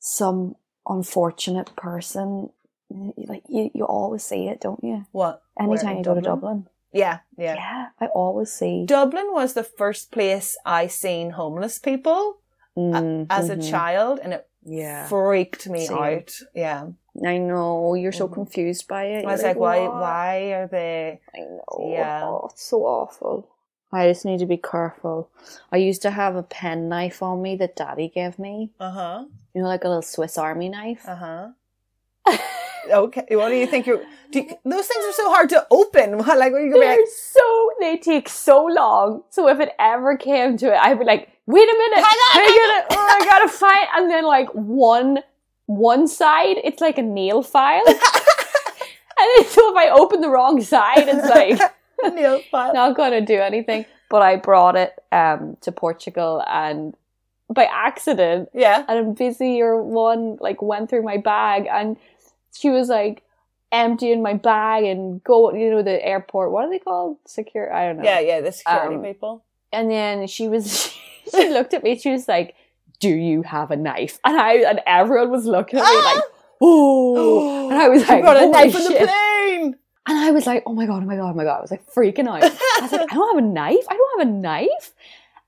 [SPEAKER 4] some unfortunate person. Like you, you always see it, don't you?
[SPEAKER 3] what? Where?
[SPEAKER 4] Anytime
[SPEAKER 3] In
[SPEAKER 4] you go to Dublin.
[SPEAKER 3] Yeah, yeah,
[SPEAKER 4] Yeah, I always see.
[SPEAKER 3] Dublin was the first place I seen homeless people
[SPEAKER 4] Mm,
[SPEAKER 3] uh, as
[SPEAKER 4] mhm.
[SPEAKER 3] a
[SPEAKER 2] Mm-hmm.
[SPEAKER 3] child, and it
[SPEAKER 4] Yeah.
[SPEAKER 3] freaked me
[SPEAKER 4] Same.
[SPEAKER 3] out. Yeah,
[SPEAKER 4] I know you're so
[SPEAKER 3] Mhm.
[SPEAKER 4] confused by it.
[SPEAKER 3] I
[SPEAKER 4] You're
[SPEAKER 3] was like, why?
[SPEAKER 4] "What?"
[SPEAKER 3] Why are they?
[SPEAKER 4] I know.
[SPEAKER 3] Yeah.
[SPEAKER 4] Oh, it's so awful. I just need to be careful. I used to have a pen knife on me that Daddy gave me.
[SPEAKER 3] Uh
[SPEAKER 2] Uh-huh.
[SPEAKER 3] huh.
[SPEAKER 4] You know, like a little Swiss Army knife.
[SPEAKER 2] *laughs*
[SPEAKER 3] Uh huh. Okay. What do you think? You're
[SPEAKER 2] *laughs*
[SPEAKER 3] do you, those things are so hard to open. *laughs* like what are you gonna be
[SPEAKER 2] They're
[SPEAKER 3] like,
[SPEAKER 2] so they take so long. So if it ever came to it, I'd be like, wait a minute,
[SPEAKER 3] Hang on,
[SPEAKER 2] we're gonna, oh, I gotta fight, and then like one one side, it's like a nail
[SPEAKER 3] *laughs*
[SPEAKER 2] file, and then so if I open the wrong side, it's like
[SPEAKER 3] *laughs* nail file.
[SPEAKER 2] not gonna do anything. But I brought it um to Portugal, and by accident,
[SPEAKER 3] Yeah.
[SPEAKER 2] and a busier one like went through my bag and she was like emptying my bag and go you know the airport what are they called secure i don't know
[SPEAKER 3] Yeah. Yeah. The security
[SPEAKER 2] Um, *gasps*
[SPEAKER 3] people.
[SPEAKER 2] and then she was she looked at me she was like do you have a knife and i and everyone was looking at me
[SPEAKER 3] *gasps*
[SPEAKER 2] like oh and i was
[SPEAKER 3] She
[SPEAKER 2] like
[SPEAKER 3] brought a
[SPEAKER 2] "Holy
[SPEAKER 3] knife on the
[SPEAKER 2] shit."
[SPEAKER 3] plane.
[SPEAKER 2] and i was like oh my god oh my god oh my god i was like freaking out
[SPEAKER 3] *laughs*
[SPEAKER 2] I was like, I don't have a knife. I don't have a knife.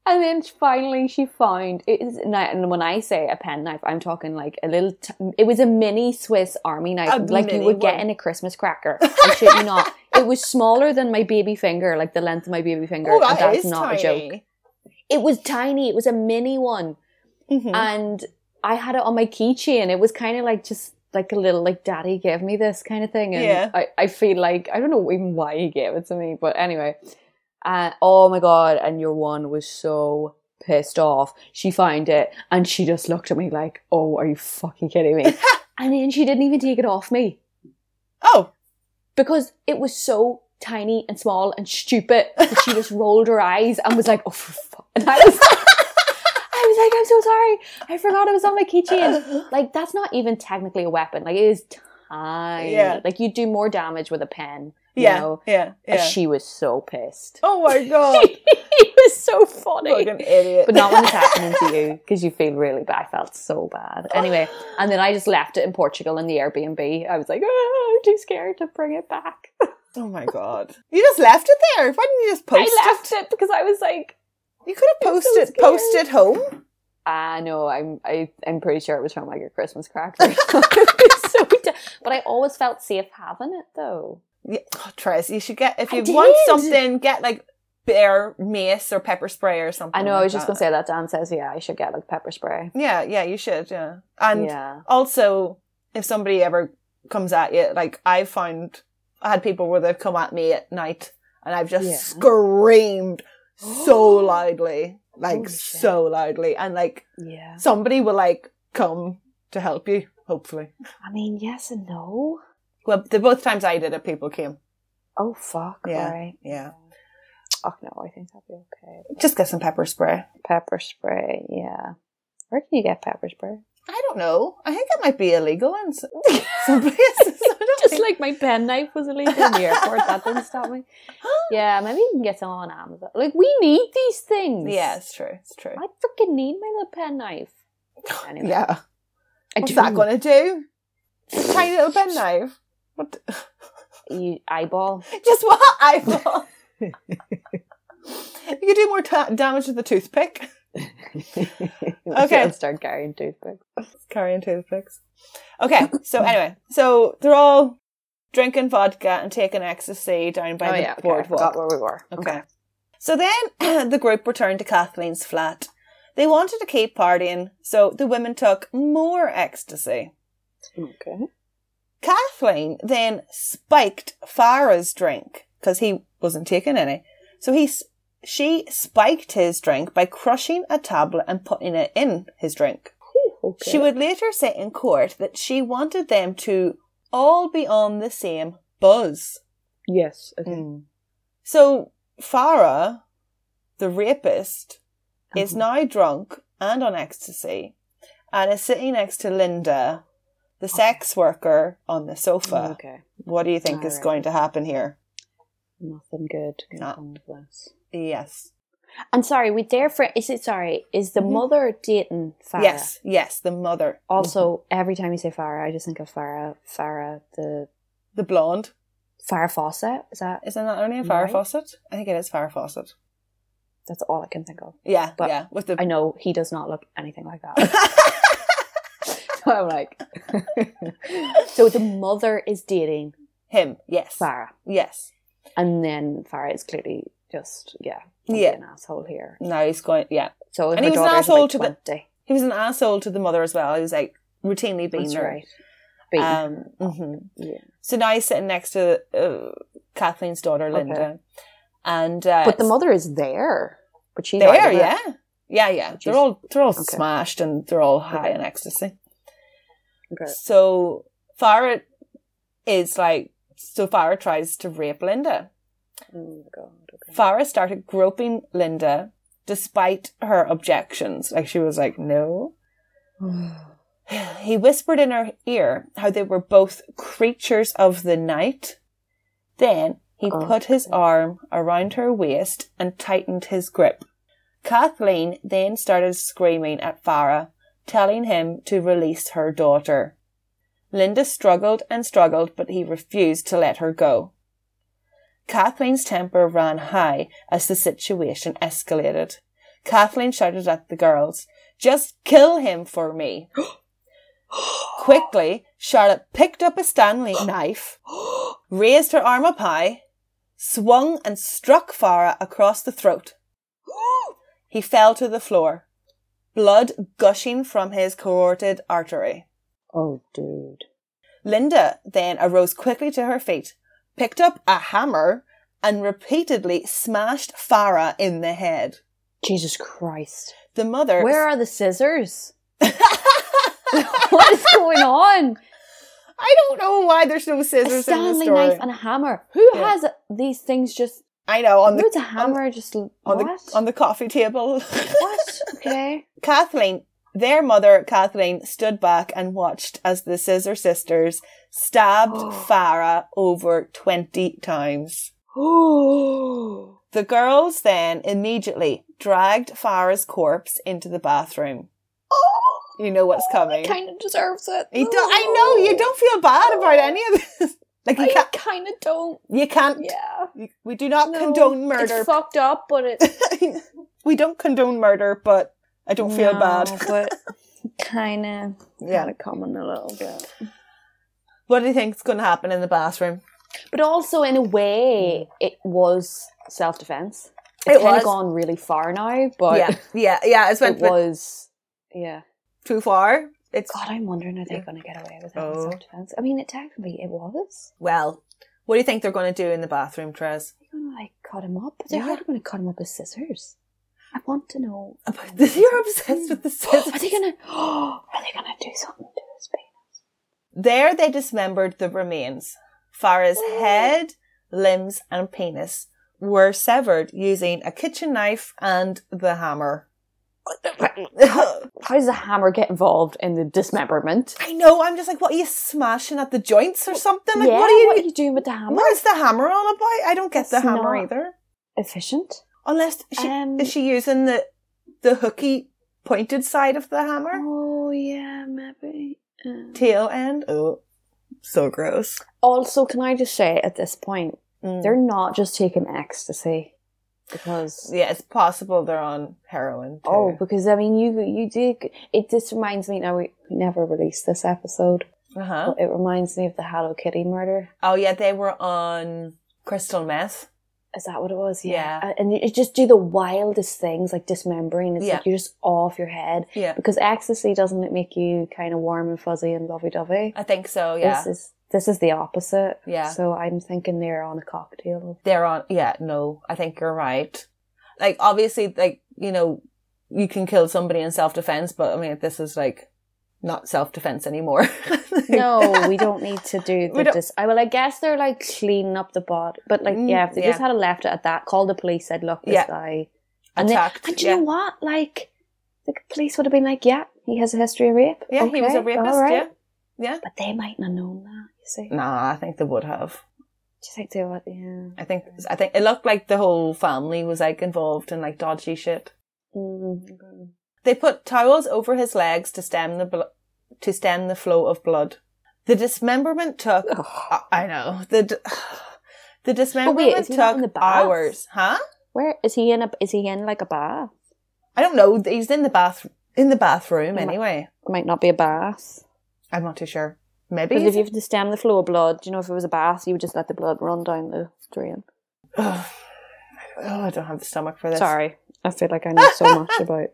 [SPEAKER 2] And then finally, she found it is. ni- And when I say a pen knife, I'm talking like a little. T- it was a mini Swiss Army knife,
[SPEAKER 3] A
[SPEAKER 2] like you
[SPEAKER 3] mini
[SPEAKER 2] would get
[SPEAKER 3] one.
[SPEAKER 2] in a Christmas cracker. I shit you not. It was smaller than my baby finger, like the length of my baby finger.
[SPEAKER 3] oh,
[SPEAKER 2] and
[SPEAKER 3] that
[SPEAKER 2] that's
[SPEAKER 3] is
[SPEAKER 2] not a joke.
[SPEAKER 3] tiny.
[SPEAKER 2] It was tiny. It was a mini one, Uh,
[SPEAKER 3] Mhm.
[SPEAKER 2] and I had it on my keychain. It was kind of like just like a little like daddy gave me this kind of thing and
[SPEAKER 3] Yeah.
[SPEAKER 2] I, I feel like i don't know even why he gave it to me but anyway and oh my god and your one was so pissed off she found it and she just looked at me like oh are you fucking kidding me and then she didn't even take it off me
[SPEAKER 3] Oh,
[SPEAKER 2] because it was so tiny and small and stupid that she just rolled her eyes and was like, "Oh, for fuck!" And I was, *laughs* I was like, "I'm so sorry, I forgot it was on my
[SPEAKER 3] *laughs*
[SPEAKER 2] keychain." Like that's not even technically a weapon. Like it is tiny.
[SPEAKER 3] Yeah.
[SPEAKER 2] Like you do more damage with a pen. You
[SPEAKER 3] yeah,
[SPEAKER 2] Know?
[SPEAKER 3] yeah,
[SPEAKER 2] And
[SPEAKER 3] yeah.
[SPEAKER 2] She was so pissed. *laughs*
[SPEAKER 3] Oh my god,
[SPEAKER 2] it was so funny.
[SPEAKER 3] fucking idiot!
[SPEAKER 2] But not when
[SPEAKER 3] *laughs*
[SPEAKER 2] it's happening to you because you feel really bad. I felt so bad. Anyway, and then I just left it in Portugal in the Airbnb. I was like, oh, I'm too scared to bring it back.
[SPEAKER 3] oh my god, you just left it there. Why didn't you just post
[SPEAKER 2] I left it because I was like,
[SPEAKER 3] it? You could have
[SPEAKER 2] I'm so
[SPEAKER 3] posted
[SPEAKER 2] scared.
[SPEAKER 3] posted home.
[SPEAKER 2] ah, no, I'm I, I'm pretty sure it was from like a Christmas cracker. *laughs* It's so da- but I always felt safe having it though.
[SPEAKER 3] Yeah. Oh, Therese, you should get if
[SPEAKER 2] I
[SPEAKER 3] you want
[SPEAKER 2] did.
[SPEAKER 3] something, get like bear mace or pepper spray or something.
[SPEAKER 2] I know. I
[SPEAKER 3] like
[SPEAKER 2] was just
[SPEAKER 3] that.
[SPEAKER 2] gonna say that. Dan says, yeah, I should get like pepper spray.
[SPEAKER 3] Yeah, yeah, you should. Yeah, and
[SPEAKER 2] yeah,
[SPEAKER 3] also if somebody ever comes at you, like I found, I had people where they've come at me at night, and I've just
[SPEAKER 2] Yeah.
[SPEAKER 3] screamed
[SPEAKER 2] *gasps*
[SPEAKER 3] so loudly, like
[SPEAKER 2] Holy shit.
[SPEAKER 3] so loudly, and like
[SPEAKER 2] yeah.
[SPEAKER 3] somebody will like come to help you. Hopefully,
[SPEAKER 2] I mean, yes and no.
[SPEAKER 3] well, the both times I did it, people came.
[SPEAKER 2] Oh fuck!
[SPEAKER 3] Yeah.
[SPEAKER 2] Right.
[SPEAKER 3] Yeah,
[SPEAKER 2] Oh no, I think that'd be okay.
[SPEAKER 3] just get some pepper spray.
[SPEAKER 2] Pepper spray. Yeah. Where can you get pepper spray? *laughs*
[SPEAKER 3] I don't know. I think it might be illegal in s- *laughs*
[SPEAKER 2] *laughs*
[SPEAKER 3] some places. *laughs* I don't
[SPEAKER 2] Just like
[SPEAKER 3] think-
[SPEAKER 2] my pen knife was illegal in the airport, that didn't stop
[SPEAKER 3] *gasps*
[SPEAKER 2] me. Yeah, maybe you can get some on Amazon. Like we need these things.
[SPEAKER 3] yeah, it's true. It's true.
[SPEAKER 2] I freaking need my little pen knife. *laughs* Anyway,
[SPEAKER 3] Yeah.
[SPEAKER 2] I
[SPEAKER 3] What's
[SPEAKER 2] do.
[SPEAKER 3] that gonna do? Tiny little penknife. What?
[SPEAKER 2] You *laughs* eyeball.
[SPEAKER 3] *laughs* Just what eyeball? *laughs* you could do more ta damage with the toothpick.
[SPEAKER 2] okay. Oh, start carrying toothpicks.
[SPEAKER 3] Carrying toothpicks. Okay.
[SPEAKER 2] *coughs*
[SPEAKER 3] So anyway, so they're all drinking vodka and taking ecstasy down by
[SPEAKER 2] oh
[SPEAKER 3] the
[SPEAKER 2] yeah, okay. I
[SPEAKER 3] boardwalk.
[SPEAKER 2] forgot where we were.
[SPEAKER 3] *coughs* Okay. So then the group returned to Kathleen's flat. They wanted to keep partying, so the women took more ecstasy.
[SPEAKER 5] Okay.
[SPEAKER 3] Kathleen then spiked Farah's drink because he wasn't taking any. So he, s- she spiked his drink by crushing a tablet and putting it in his drink.
[SPEAKER 5] okay.
[SPEAKER 3] She would later say in court that she wanted them to all be on the same buzz.
[SPEAKER 5] Yes. Okay.
[SPEAKER 2] Hmm,
[SPEAKER 3] So Farah, the rapist, is now drunk and on ecstasy and is sitting next to Linda, the sex worker, on the
[SPEAKER 2] Mm,
[SPEAKER 3] sofa.
[SPEAKER 2] Oh.
[SPEAKER 5] Okay.
[SPEAKER 3] What do you think is
[SPEAKER 5] Alright.
[SPEAKER 3] going to happen here?
[SPEAKER 5] Nothing good. can
[SPEAKER 3] No.
[SPEAKER 5] come of this.
[SPEAKER 3] Yes.
[SPEAKER 2] And sorry, with their friend, is it sorry? Is the
[SPEAKER 3] Mhm.
[SPEAKER 2] mother dating Farah?
[SPEAKER 3] Yes, yes, the mother.
[SPEAKER 2] Also, every time you say Farah, I just think of Farah, Farah, the
[SPEAKER 3] The blonde.
[SPEAKER 2] Farah Fawcett. Is that?
[SPEAKER 3] Isn't that only a fire
[SPEAKER 2] Right.
[SPEAKER 3] faucet? I think it is fire faucet.
[SPEAKER 2] That's all I can think of.
[SPEAKER 3] Yeah,
[SPEAKER 2] But
[SPEAKER 3] yeah. With the
[SPEAKER 2] I know he does not look anything like that. so *laughs* I'm like, so the mother is dating
[SPEAKER 3] *laughs* him, yes.
[SPEAKER 2] Farah,
[SPEAKER 3] Yes.
[SPEAKER 2] and then Farah is clearly just yeah, I'm
[SPEAKER 3] Yeah.
[SPEAKER 2] being an asshole here.
[SPEAKER 3] Now he's going yeah.
[SPEAKER 2] So
[SPEAKER 3] And
[SPEAKER 2] her
[SPEAKER 3] he was an
[SPEAKER 2] daughter's
[SPEAKER 3] asshole
[SPEAKER 2] about
[SPEAKER 3] to the-
[SPEAKER 2] 20.
[SPEAKER 3] He was an asshole to the mother as well. He was like routinely being
[SPEAKER 2] That's
[SPEAKER 3] there.
[SPEAKER 2] right. Mm-hmm. Beaten.
[SPEAKER 3] Um, mhm.
[SPEAKER 5] Yeah.
[SPEAKER 3] So now he's sitting next to uh, Kathleen's daughter, Linda. And uh,
[SPEAKER 6] But the mother is there. But she's out
[SPEAKER 3] there,
[SPEAKER 6] of it.
[SPEAKER 3] yeah. Yeah, yeah. They're
[SPEAKER 6] she's-
[SPEAKER 3] all they're all
[SPEAKER 6] okay.
[SPEAKER 3] smashed and they're all high in ecstasy.
[SPEAKER 5] Okay.
[SPEAKER 3] So Farah is like so Farah tries to rape Linda.
[SPEAKER 5] Oh my god. Okay.
[SPEAKER 3] Farah started groping Linda despite her objections. Like she was like, no.
[SPEAKER 2] *sighs*
[SPEAKER 3] he whispered in her ear how they were both creatures of the night. Then he put his arm around her waist and tightened his grip. Kathleen then started screaming at Farah, telling him to release her daughter. Linda struggled and struggled, but he refused to let her go. Kathleen's temper ran high as the situation escalated. Kathleen shouted at the girls, Just kill him for me. Quickly, Charlotte picked up
[SPEAKER 2] *gasps*
[SPEAKER 3] a Stanley knife, raised her arm up high, swung and struck Farah across the throat. He fell to the floor, blood gushing from his carotid artery.
[SPEAKER 5] Oh, dude.
[SPEAKER 3] Linda then arose quickly to her feet, picked up a hammer, and repeatedly smashed Farah in the head.
[SPEAKER 2] Jesus Christ!
[SPEAKER 3] The mother.
[SPEAKER 2] Where are the scissors? *laughs* what is going on?
[SPEAKER 3] *laughs* I don't know why there's no
[SPEAKER 2] A
[SPEAKER 3] *laughs* scissors in the
[SPEAKER 2] Stanley
[SPEAKER 3] story.
[SPEAKER 2] knife and a hammer. Who
[SPEAKER 3] Yeah.
[SPEAKER 2] has these things just?
[SPEAKER 3] I know on the
[SPEAKER 2] Who's a hammer? just on
[SPEAKER 3] on
[SPEAKER 2] what?
[SPEAKER 3] the on the coffee table. *laughs*
[SPEAKER 2] what? *gasps* Okay.
[SPEAKER 3] Kathleen, their mother, Kathleen, stood back and watched as the Scissor Sisters stabbed
[SPEAKER 2] Oh.
[SPEAKER 3] Farah over 20 times. the girls then immediately dragged Farah's corpse into the bathroom. You know what's
[SPEAKER 2] Oh,
[SPEAKER 3] coming.
[SPEAKER 2] Kind of deserves it.
[SPEAKER 3] You don't- I know, you don't feel bad about any of this. *laughs* Like, you
[SPEAKER 2] Oh. I
[SPEAKER 3] can't,
[SPEAKER 2] kind of don't.
[SPEAKER 3] you can't,
[SPEAKER 2] Yeah.
[SPEAKER 3] you- we do not
[SPEAKER 2] No.
[SPEAKER 3] condone murder.
[SPEAKER 2] It's fucked up, but *laughs* it.
[SPEAKER 3] *laughs* we don't condone murder, but I don't feel
[SPEAKER 2] No,
[SPEAKER 3] bad.
[SPEAKER 2] but kind of.
[SPEAKER 3] Yeah.
[SPEAKER 2] Gotta come in a little bit.
[SPEAKER 3] What do you think's going to happen in the bathroom?
[SPEAKER 2] But also, in a way, it was self defense.
[SPEAKER 3] It
[SPEAKER 2] It's kind
[SPEAKER 3] was.
[SPEAKER 2] of gone really far now, but
[SPEAKER 3] yeah, yeah, yeah. It's
[SPEAKER 2] it
[SPEAKER 3] went a bit
[SPEAKER 2] was. Yeah.
[SPEAKER 3] too far. It's
[SPEAKER 2] God, I'm wondering are they going to get away with it
[SPEAKER 3] Oh.
[SPEAKER 2] in self defense? I mean, it technically it was.
[SPEAKER 3] well. What do you think they're going to do in the bathroom, Trez?
[SPEAKER 2] They're going to like cut him up, but they're
[SPEAKER 3] Yeah.
[SPEAKER 2] hardly going to cut him up with scissors. I want to know.
[SPEAKER 3] About *laughs* this, you're obsessed with
[SPEAKER 2] *gasps*
[SPEAKER 3] the *gasps*
[SPEAKER 2] Are
[SPEAKER 3] scissors.
[SPEAKER 2] they going to? *gasps* Are they going to do something to his face?
[SPEAKER 3] There, they dismembered the remains. Farah's head, limbs, and penis were severed using a kitchen knife and the *laughs* hammer. I
[SPEAKER 2] How does the hammer get involved in the dismemberment?
[SPEAKER 3] know. I'm just like, what are you smashing at the joints or something? Like,
[SPEAKER 2] yeah,
[SPEAKER 3] what are you?
[SPEAKER 2] doing with the hammer?
[SPEAKER 3] what is the hammer all about? I don't get the
[SPEAKER 2] It's
[SPEAKER 3] hammer
[SPEAKER 2] not-
[SPEAKER 3] either.
[SPEAKER 2] Efficient.
[SPEAKER 3] Unless she
[SPEAKER 2] Um,
[SPEAKER 3] is she using the the hooky pointed side of the hammer
[SPEAKER 2] Oh yeah, maybe. Um,
[SPEAKER 3] tail end. Oh, so gross.
[SPEAKER 2] also, can I just say at this point,
[SPEAKER 3] Mm.
[SPEAKER 2] they're not just taking ecstasy because
[SPEAKER 3] Yeah, it's possible they're on heroin. Too.
[SPEAKER 2] Oh, because I mean, you you did. It just reminds me. Now we, we never released this episode,
[SPEAKER 3] uh huh.
[SPEAKER 2] but it reminds me of the Hello Kitty murder.
[SPEAKER 3] Oh yeah, they were on crystal meth.
[SPEAKER 2] Is that what it was?
[SPEAKER 3] Yeah.
[SPEAKER 2] Uh, And you just do the wildest things like dismembering. It's
[SPEAKER 3] Yeah.
[SPEAKER 2] like you're just off your head.
[SPEAKER 3] Yeah.
[SPEAKER 2] Because ecstasy doesn't it make you kind of warm and fuzzy and lovey dovey?
[SPEAKER 3] I think so. Oh, Yeah,
[SPEAKER 2] This is this is the opposite.
[SPEAKER 3] yeah.
[SPEAKER 2] So I'm thinking they're on a
[SPEAKER 3] *laughs*
[SPEAKER 2] cocktail.
[SPEAKER 3] they're on. Yeah, no, I think you're right. Like obviously, like you know, you can kill somebody in self defense, but I mean, this is like not self defense anymore. *laughs*
[SPEAKER 2] No, we don't need to do
[SPEAKER 3] We
[SPEAKER 2] the
[SPEAKER 3] don't-
[SPEAKER 2] dis- I well, I guess they're like cleaning up the body, but like
[SPEAKER 3] Mm,
[SPEAKER 2] yeah, if they just
[SPEAKER 3] yeah.
[SPEAKER 2] had a left it at that, called the police, said look, this
[SPEAKER 3] Yeah.
[SPEAKER 2] guy, and they,
[SPEAKER 3] attacked.
[SPEAKER 2] and do
[SPEAKER 3] yeah.
[SPEAKER 2] you know what? Like the police would have been like, yeah, he has a history of rape.
[SPEAKER 3] Yeah, he was a
[SPEAKER 2] Okay,
[SPEAKER 3] rapist.
[SPEAKER 2] all right.
[SPEAKER 3] Yeah.
[SPEAKER 2] But they might not know that, you see.
[SPEAKER 3] Nah, I think they would have.
[SPEAKER 2] Do you think they would? Yeah.
[SPEAKER 3] I think I think it looked like the whole family was like involved in like dodgy shit.
[SPEAKER 2] Mm.
[SPEAKER 3] They put towels over his legs to stem the blo- to stem the flow of blood. The dismemberment took.
[SPEAKER 2] Mm-hmm.
[SPEAKER 3] I- I know the d- *sighs* the dismemberment
[SPEAKER 2] isn't that in the
[SPEAKER 3] took
[SPEAKER 2] bath?
[SPEAKER 3] hours, huh?
[SPEAKER 2] Where is he in a? Is he in like a bath?
[SPEAKER 3] I don't know. He's in the bath in the
[SPEAKER 2] In
[SPEAKER 3] bathroom
[SPEAKER 2] the-
[SPEAKER 3] anyway.
[SPEAKER 2] It might not be a bath.
[SPEAKER 3] I'm not too sure. Maybe.
[SPEAKER 2] Because if
[SPEAKER 3] he's-
[SPEAKER 2] you have to stem the flow of blood, you know, if it was a bath, you would just let the blood run down the drain.
[SPEAKER 3] Ugh. Oh, I don't have the stomach for this.
[SPEAKER 2] Sorry.
[SPEAKER 7] I feel like I know so much
[SPEAKER 3] *laughs*
[SPEAKER 7] about.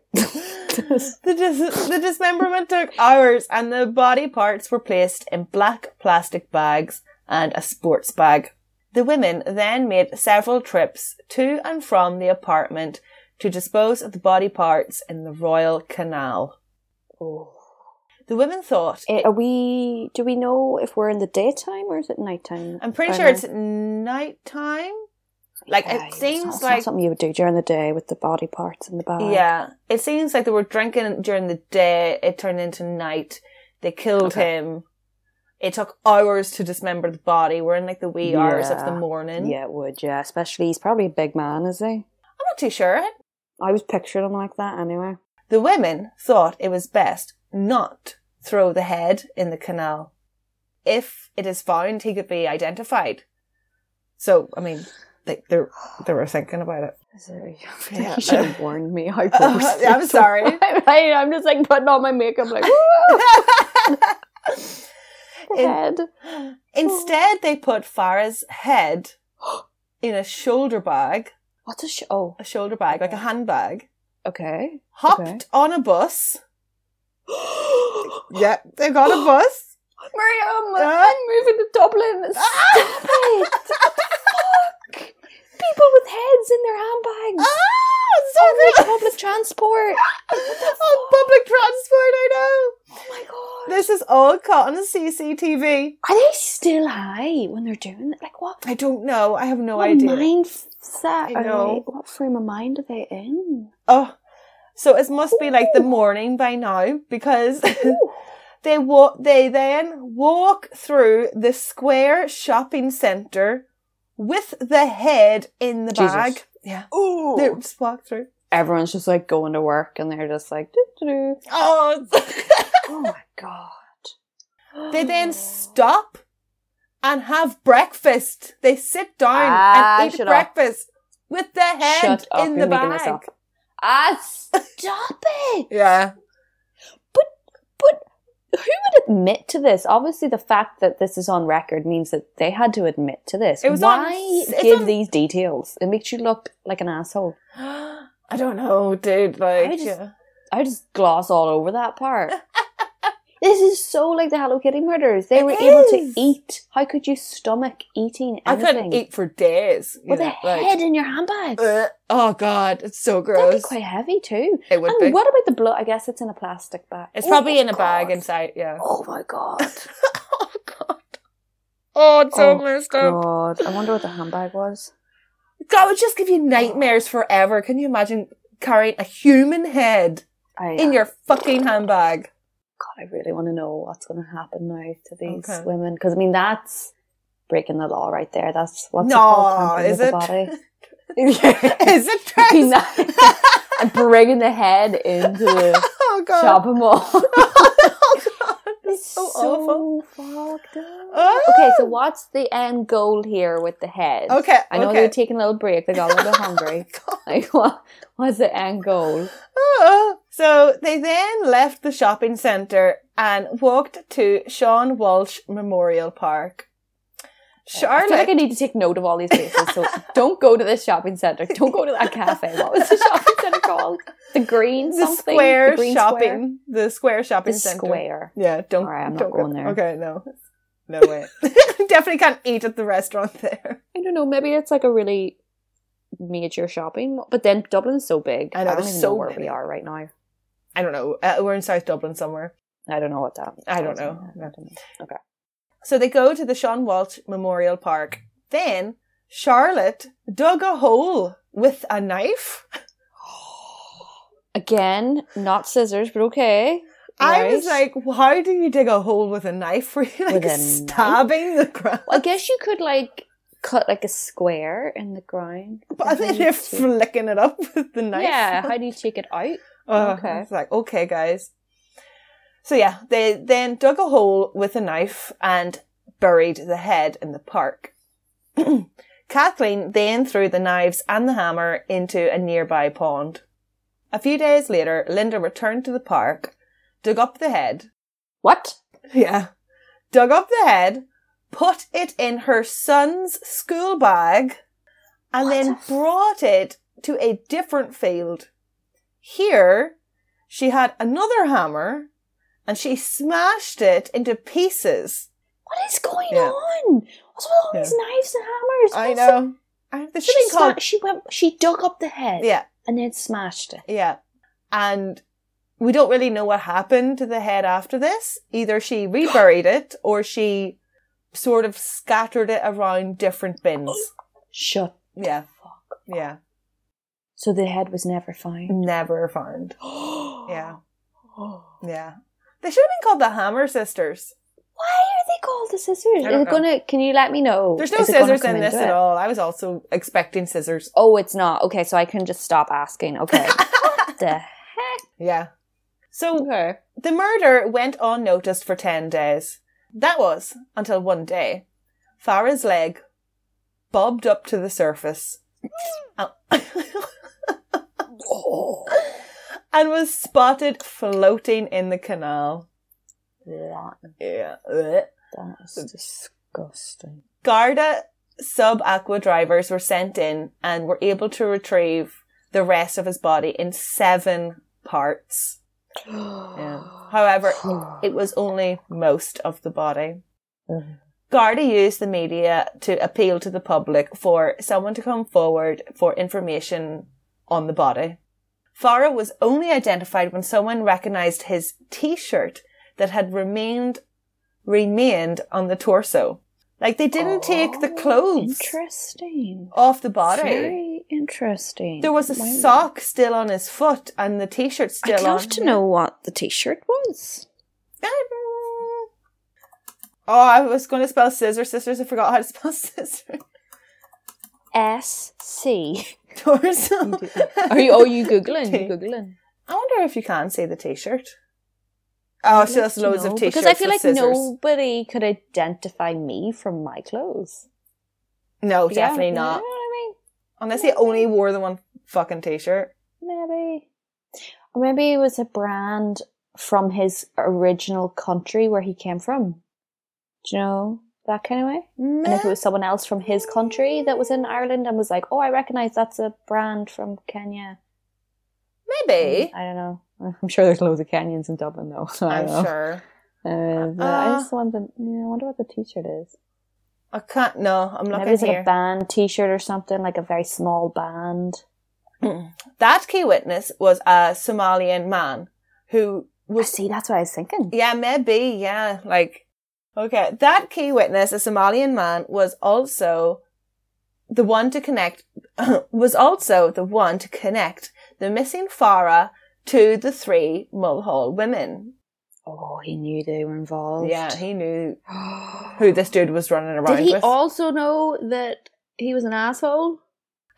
[SPEAKER 3] the, dis- the dismemberment took hours and the body parts were placed in black plastic bags and a sports bag. The women then made several trips to and from the apartment to dispose of the body parts in the Royal Canal. Oh. The women thought,
[SPEAKER 2] Eh, Are we? Do we know if we're in the daytime or is it nighttime?
[SPEAKER 3] I'm pretty
[SPEAKER 2] By
[SPEAKER 3] sure
[SPEAKER 2] now?
[SPEAKER 3] it's nighttime. Like,
[SPEAKER 2] Yeah,
[SPEAKER 3] it
[SPEAKER 2] it's not-
[SPEAKER 3] seems
[SPEAKER 2] it's not
[SPEAKER 3] like
[SPEAKER 2] something you would do during the day with the body parts in the bath.
[SPEAKER 3] Yeah, it seems like they were drinking during the day. It turned into night. They killed
[SPEAKER 2] Okay.
[SPEAKER 3] him. It took hours to dismember the body. We're in like the wee hours of the
[SPEAKER 2] Yeah.
[SPEAKER 3] morning.
[SPEAKER 2] yeah, it would. Yeah, especially he's probably a big man, is he?
[SPEAKER 3] I'm not too sure.
[SPEAKER 2] I was picturing him like that anyway.
[SPEAKER 3] The women thought it was best not throw the head in the canal. If it is found, he could be identified. So, I mean, they they they were thinking about it.
[SPEAKER 2] *laughs*
[SPEAKER 3] Yeah.
[SPEAKER 2] You should have warned me. *laughs* I purposely *laughs*
[SPEAKER 3] I'm sorry.
[SPEAKER 2] I, I'm just like putting on my makeup, like Oh.
[SPEAKER 3] *laughs*
[SPEAKER 2] *laughs*
[SPEAKER 3] In-
[SPEAKER 2] head.
[SPEAKER 3] Instead, they put Farah's *gasps* head in a shoulder bag,
[SPEAKER 2] What's a sh- oh?
[SPEAKER 3] a shoulder bag, like a handbag,
[SPEAKER 2] Okay.
[SPEAKER 3] hopped
[SPEAKER 2] Okay.
[SPEAKER 3] on a bus. *gasps* yeah, they got *gasps* a bus.
[SPEAKER 2] Miriam,
[SPEAKER 3] Ah.
[SPEAKER 2] I'm moving to *laughs* Dublin. Stop it!
[SPEAKER 3] *laughs*
[SPEAKER 2] Fuck! People with heads in their handbags.
[SPEAKER 3] Ah, so
[SPEAKER 2] Public *laughs* transport.
[SPEAKER 3] *laughs* on public transport, I know.
[SPEAKER 2] Oh my god.
[SPEAKER 3] This is all caught on CCTV.
[SPEAKER 2] Are they still high when they're doing it? Like what?
[SPEAKER 3] I don't know. I have no
[SPEAKER 2] what
[SPEAKER 3] idea.
[SPEAKER 2] mind set?
[SPEAKER 3] I
[SPEAKER 2] are they-
[SPEAKER 3] know.
[SPEAKER 2] What frame of mind are they in?
[SPEAKER 3] Oh, so it must be like the morning by now because *laughs* they walk. They then walk through the square shopping center with the head in the
[SPEAKER 2] Jesus. Oh.
[SPEAKER 3] bag. Yeah, they just walk through.
[SPEAKER 2] Everyone's just like going to work and they're just like, doo
[SPEAKER 3] Oh,
[SPEAKER 2] oh my god.
[SPEAKER 3] *laughs* they *gasps* then stop and have breakfast. They sit down
[SPEAKER 2] Ah,
[SPEAKER 3] and eat
[SPEAKER 2] shut up.
[SPEAKER 3] breakfast with the head
[SPEAKER 2] Shut up,
[SPEAKER 3] in
[SPEAKER 2] you're
[SPEAKER 3] the
[SPEAKER 2] making
[SPEAKER 3] bag.
[SPEAKER 2] this up. Ah, stop *laughs* it! *gasps*
[SPEAKER 3] Yeah,
[SPEAKER 2] Who would admit to this? Obviously, the fact that this is on record means that they had to admit to this.
[SPEAKER 3] It was on-
[SPEAKER 2] Why
[SPEAKER 3] it's
[SPEAKER 2] give
[SPEAKER 3] on-
[SPEAKER 2] these details? It makes you look like an asshole.
[SPEAKER 3] I don't know, dude. Like,
[SPEAKER 2] just-
[SPEAKER 3] yeah.
[SPEAKER 2] I just gloss all over that
[SPEAKER 3] *laughs*
[SPEAKER 2] part. this is so like the Hello Kitty murders. They
[SPEAKER 3] It
[SPEAKER 2] were able to
[SPEAKER 3] is.
[SPEAKER 2] eat. How could you stomach eating
[SPEAKER 3] I
[SPEAKER 2] anything?
[SPEAKER 3] couldn't eat for days. you
[SPEAKER 2] with
[SPEAKER 3] know,
[SPEAKER 2] a
[SPEAKER 3] like-
[SPEAKER 2] head in your handbag.
[SPEAKER 3] Ugh. oh god, it's so
[SPEAKER 2] That'd be
[SPEAKER 3] gross.
[SPEAKER 2] quite heavy too.
[SPEAKER 3] it would
[SPEAKER 2] and
[SPEAKER 3] be.
[SPEAKER 2] what about the blood? I guess it's in a plastic bag.
[SPEAKER 3] It's
[SPEAKER 2] Oh
[SPEAKER 3] probably
[SPEAKER 2] my
[SPEAKER 3] in a bag
[SPEAKER 2] God.
[SPEAKER 3] inside. Yeah.
[SPEAKER 2] Oh my god.
[SPEAKER 3] oh god. Oh, it's so
[SPEAKER 2] Oh,
[SPEAKER 3] messed up.
[SPEAKER 2] *laughs* God, I wonder what the handbag was.
[SPEAKER 3] God, it would just give you nightmares forever. Can you imagine carrying a human head
[SPEAKER 2] I,
[SPEAKER 3] in your fucking handbag?
[SPEAKER 2] God, I really want to know what's going to happen now to these
[SPEAKER 3] Okay.
[SPEAKER 2] women because I mean that's breaking the law right there. That's what's it
[SPEAKER 3] No,
[SPEAKER 2] called? Tampering
[SPEAKER 3] is
[SPEAKER 2] with The
[SPEAKER 3] it? *laughs*
[SPEAKER 2] body.
[SPEAKER 3] *laughs* Is it
[SPEAKER 2] I mean,
[SPEAKER 3] trans?
[SPEAKER 2] that- *laughs* and bringing the head into the
[SPEAKER 3] *laughs* Oh god.
[SPEAKER 2] shopping *laughs* mall.
[SPEAKER 3] oh god.
[SPEAKER 2] it's
[SPEAKER 3] so awful.
[SPEAKER 2] fucked up.
[SPEAKER 3] Oh.
[SPEAKER 2] Okay, so what's the end goal here with the head?
[SPEAKER 3] Okay.
[SPEAKER 2] I know
[SPEAKER 3] okay.
[SPEAKER 2] they were taking a little break. They got a
[SPEAKER 3] *laughs*
[SPEAKER 2] little bit hungry. Like, what, what's the end goal?
[SPEAKER 3] Oh. *laughs* So they then left the shopping centre and walked to Sean Walsh Memorial Park.
[SPEAKER 8] I
[SPEAKER 3] Charlotte.
[SPEAKER 8] feel like I need to take note of all these places. So don't go to this shopping center. Don't go to that cafe. What was the shopping center called? The Green
[SPEAKER 3] the
[SPEAKER 8] something.
[SPEAKER 3] square
[SPEAKER 8] the green
[SPEAKER 3] shopping, the square
[SPEAKER 8] Square.
[SPEAKER 3] shopping
[SPEAKER 8] The
[SPEAKER 3] center.
[SPEAKER 8] square.
[SPEAKER 3] Yeah, don't.
[SPEAKER 2] Alright, I'm not
[SPEAKER 3] don't
[SPEAKER 2] going
[SPEAKER 3] go.
[SPEAKER 2] there.
[SPEAKER 3] Okay, no, no way. *laughs* Definitely can't eat at the restaurant there.
[SPEAKER 2] I don't know. Maybe it's like a really major shopping, mall. but then Dublin's so big. I
[SPEAKER 3] I know,
[SPEAKER 2] don't
[SPEAKER 3] there's
[SPEAKER 2] even
[SPEAKER 3] so
[SPEAKER 2] know where
[SPEAKER 3] many.
[SPEAKER 2] we are right now.
[SPEAKER 3] I don't know. Uh, we're in South Dublin somewhere.
[SPEAKER 2] I don't know what that.
[SPEAKER 3] I don't
[SPEAKER 2] that
[SPEAKER 3] know.
[SPEAKER 2] was.
[SPEAKER 3] No.
[SPEAKER 2] I don't know.
[SPEAKER 3] So they go to the Sean Walsh Memorial Park. Then Charlotte dug a hole with a knife.
[SPEAKER 2] Again, not scissors, but okay.
[SPEAKER 3] I was
[SPEAKER 2] Right.
[SPEAKER 3] like, how do you dig a hole with a knife? Were you *laughs* like
[SPEAKER 2] With a
[SPEAKER 3] stabbing the ground? *laughs*
[SPEAKER 2] Well, I guess you could like cut like a square in the ground.
[SPEAKER 3] But then
[SPEAKER 2] you
[SPEAKER 3] you're flicking it up with the knife.
[SPEAKER 2] Yeah, how do you take it out?
[SPEAKER 3] Oh,
[SPEAKER 2] Okay.
[SPEAKER 3] It's like, okay, guys. So yeah, they then dug a hole with a knife and buried the head in the park. *clears throat* Kathleen then threw the knives and the hammer into a nearby pond. A few days later, Linda returned to the park, dug up the head.
[SPEAKER 2] What?
[SPEAKER 3] Yeah. Dug up the head, put it in her son's school bag, and then brought it to a different field. Here, she had another hammer and she smashed it into pieces.
[SPEAKER 2] What is going
[SPEAKER 3] Yeah.
[SPEAKER 2] on? What's with all
[SPEAKER 3] Yeah.
[SPEAKER 2] these knives and hammers?
[SPEAKER 3] I
[SPEAKER 2] What's
[SPEAKER 3] know. I, they
[SPEAKER 2] the-
[SPEAKER 3] should
[SPEAKER 2] She,
[SPEAKER 3] be called.
[SPEAKER 2] sma- she went. She dug up the head.
[SPEAKER 3] Yeah,
[SPEAKER 2] And then smashed it.
[SPEAKER 3] yeah. And we don't really know what happened to the head after this. Either she reburied it or she sort of scattered it around different bins.
[SPEAKER 2] Shut.
[SPEAKER 3] Yeah. Yeah.
[SPEAKER 2] So the head was never found. *gasps*
[SPEAKER 3] Never found. yeah. Yeah. They should have been called the Hammer Sisters.
[SPEAKER 2] Why are they called the scissors?
[SPEAKER 3] I
[SPEAKER 2] Is
[SPEAKER 3] don't
[SPEAKER 2] it
[SPEAKER 3] know.
[SPEAKER 2] gonna? Can you let me know?
[SPEAKER 3] There's no
[SPEAKER 2] Is it gonna
[SPEAKER 3] scissors
[SPEAKER 2] come
[SPEAKER 3] in this
[SPEAKER 2] into
[SPEAKER 3] at
[SPEAKER 2] it?
[SPEAKER 3] all. I was also expecting scissors.
[SPEAKER 2] Oh, it's not. Okay, so I can just stop asking.
[SPEAKER 3] *laughs*
[SPEAKER 2] Okay. the
[SPEAKER 3] Yeah. So
[SPEAKER 2] okay.
[SPEAKER 3] *laughs* The murder went unnoticed for 10 days. That was until one day. Farah's leg bobbed up to
[SPEAKER 2] *laughs*
[SPEAKER 3] the surface *laughs* and and was spotted floating in the canal.
[SPEAKER 2] That,
[SPEAKER 3] Yeah.
[SPEAKER 2] that is disgusting.
[SPEAKER 3] Garda sub aqua drivers were sent in and were able to retrieve the rest of his body in seven parts. Yeah. However, *gasps* it was only most of the body.
[SPEAKER 2] Mhm.
[SPEAKER 3] Garda used the media to appeal to the public for someone to come forward for information on the body. Farah was only identified when someone recognized his t-shirt that had remained remained on the torso. Like they didn't take the
[SPEAKER 2] Oh,
[SPEAKER 3] clothes
[SPEAKER 2] Interesting.
[SPEAKER 3] off the body.
[SPEAKER 2] Very interesting.
[SPEAKER 3] There was a
[SPEAKER 2] Wow.
[SPEAKER 3] sock still on his foot and the t-shirt still
[SPEAKER 2] I'd love
[SPEAKER 3] on
[SPEAKER 2] to
[SPEAKER 3] him.
[SPEAKER 2] know what the T-shirt was.
[SPEAKER 3] Oh, I was going to spell scissor sisters. I forgot how to spell *laughs* scissor.
[SPEAKER 2] S C. *laughs*
[SPEAKER 3] Torso.
[SPEAKER 8] Are you? Oh, you googling?
[SPEAKER 3] Okay.
[SPEAKER 8] You googling?
[SPEAKER 3] I wonder if you can see the t-shirt. Oh, she has loads of t-shirts
[SPEAKER 2] Because I feel
[SPEAKER 3] with
[SPEAKER 2] like
[SPEAKER 3] scissors.
[SPEAKER 2] nobody could identify me from my clothes. Yeah,
[SPEAKER 3] no, Oh, definitely
[SPEAKER 2] you know
[SPEAKER 3] not.
[SPEAKER 2] what
[SPEAKER 3] Unless he only wore the one fucking t-shirt.
[SPEAKER 2] I mean? Maybe, or maybe it was a brand from his original country where he came from. Do you know that kind of way? And if it was someone else from his country that was in Ireland and was like, "Oh, I recognize that's a brand from Kenya,"
[SPEAKER 3] Maybe.
[SPEAKER 2] I don't know. *laughs* I'm sure there's loads of Kenyans in Dublin, though. So I
[SPEAKER 3] Eh? I'm
[SPEAKER 2] don't know.
[SPEAKER 3] sure.
[SPEAKER 2] Uh, but I
[SPEAKER 3] Uh,
[SPEAKER 2] just wonder. Yeah, I wonder what the T-shirt is.
[SPEAKER 3] I can't. No, I'm
[SPEAKER 2] Maybe
[SPEAKER 3] looking
[SPEAKER 2] it's like
[SPEAKER 3] here.
[SPEAKER 2] a band T-shirt or something, like a very small band.
[SPEAKER 3] that key witness was a Somalian man who
[SPEAKER 2] I
[SPEAKER 3] was
[SPEAKER 2] Ah, see, that's what I was thinking.
[SPEAKER 3] Yeah, maybe. Yeah, like okay. That key witness, a Somalian man, was also the one to connect. *clears throat* was also the one to connect the missing Farah to the three Mulhall women.
[SPEAKER 2] Oh, he knew they were involved. *gasps*
[SPEAKER 3] Yeah, he *gasps* knew who this dude was running around
[SPEAKER 8] Did he
[SPEAKER 3] with.
[SPEAKER 8] also know that he was an asshole?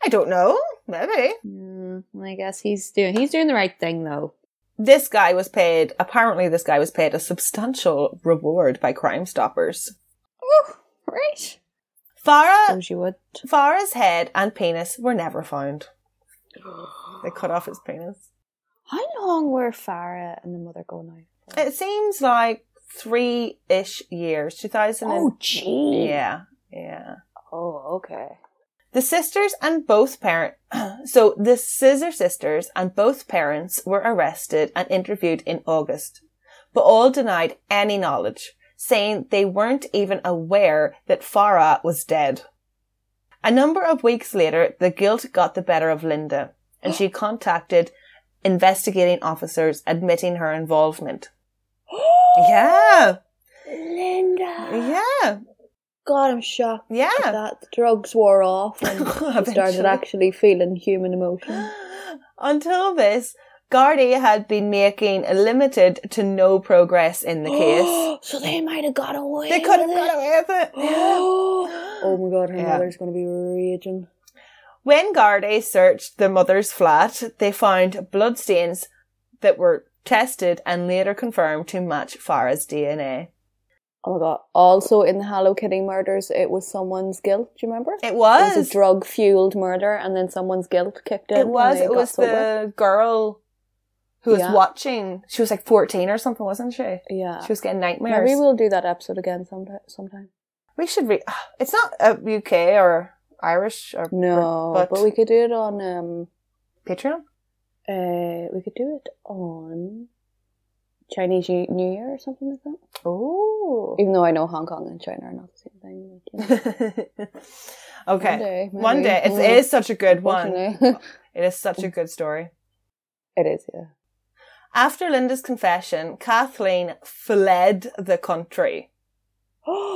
[SPEAKER 3] I don't know. Maybe
[SPEAKER 8] Mm, I guess he's doing he's doing the right thing though.
[SPEAKER 3] this guy was paid. Apparently, this guy was paid a substantial reward by Crime Stoppers.
[SPEAKER 8] Oh, right.
[SPEAKER 3] Farah,
[SPEAKER 2] Suppose you
[SPEAKER 8] *gasps*
[SPEAKER 2] would.
[SPEAKER 3] Farah's head and penis were never found. They cut off his penis.
[SPEAKER 2] How long were Farah and the mother going out?
[SPEAKER 3] It seems like three ish years. 2000. and-
[SPEAKER 2] Oh, gee.
[SPEAKER 1] *gasps*
[SPEAKER 3] yeah. Yeah.
[SPEAKER 8] Oh, okay.
[SPEAKER 3] The sisters and both parent *clears throat* so the Scissor sisters and both parents were arrested and interviewed in August, but all denied any knowledge, saying they weren't even aware that Farah was dead. A number of weeks later, the guilt got the better of Linda, and she contacted investigating officers admitting her involvement. yeah,
[SPEAKER 8] Linda.
[SPEAKER 3] yeah,
[SPEAKER 8] God, I'm shocked
[SPEAKER 3] yeah.
[SPEAKER 8] that the drugs wore off *laughs* and
[SPEAKER 3] *laughs*
[SPEAKER 8] I started
[SPEAKER 3] Eventually.
[SPEAKER 8] actually feeling human emotion. *gasps*
[SPEAKER 3] Until this, Gardy had been making limited to no
[SPEAKER 8] *gasps*
[SPEAKER 3] progress *gasps* in the case.
[SPEAKER 8] so they might have got away.
[SPEAKER 3] they could have
[SPEAKER 8] with
[SPEAKER 3] got
[SPEAKER 8] it.
[SPEAKER 3] away
[SPEAKER 8] *gasps*
[SPEAKER 3] with it.
[SPEAKER 8] Oh,
[SPEAKER 9] Oh my god, her
[SPEAKER 3] Yeah.
[SPEAKER 9] mother's going to be raging.
[SPEAKER 3] When Gardy searched the mother's flat, they found bloodstains that were tested and later confirmed to match Farah's DNA.
[SPEAKER 9] Oh my god.
[SPEAKER 8] also, in the Hello Kitty murders, it was someone's guilt. Do you remember?
[SPEAKER 3] It
[SPEAKER 8] It
[SPEAKER 3] was.
[SPEAKER 8] was a drug fueled murder, and then someone's guilt kicked in.
[SPEAKER 3] It
[SPEAKER 8] when
[SPEAKER 3] was.
[SPEAKER 8] Oh, they
[SPEAKER 3] It
[SPEAKER 8] got
[SPEAKER 3] was
[SPEAKER 8] sober.
[SPEAKER 3] the girl who was
[SPEAKER 8] Yeah.
[SPEAKER 3] watching. She was like 14 or something, wasn't she?
[SPEAKER 8] yeah.
[SPEAKER 3] She was getting nightmares.
[SPEAKER 8] Maybe we'll do that episode again sometime. Sometime.
[SPEAKER 3] We should read. *sighs* It's not a UK or Irish or
[SPEAKER 8] No,
[SPEAKER 3] but,
[SPEAKER 8] but, we could do it on. Um,
[SPEAKER 3] *laughs* Patreon.
[SPEAKER 8] uh, we could do it on Chinese New New Year or something like that.
[SPEAKER 3] Oh.
[SPEAKER 8] Even though I know Hong Kong and China are not the same thing. but, you know. One
[SPEAKER 3] okay.
[SPEAKER 8] day.
[SPEAKER 3] One
[SPEAKER 8] maybe.
[SPEAKER 3] day. It's,
[SPEAKER 8] Mm.
[SPEAKER 3] it is such a *laughs* good one.
[SPEAKER 8] Unfortunately. *laughs*
[SPEAKER 3] It is such a good story.
[SPEAKER 8] it is, yeah. *gasps*
[SPEAKER 3] After Linda's confession, Kathleen fled the country.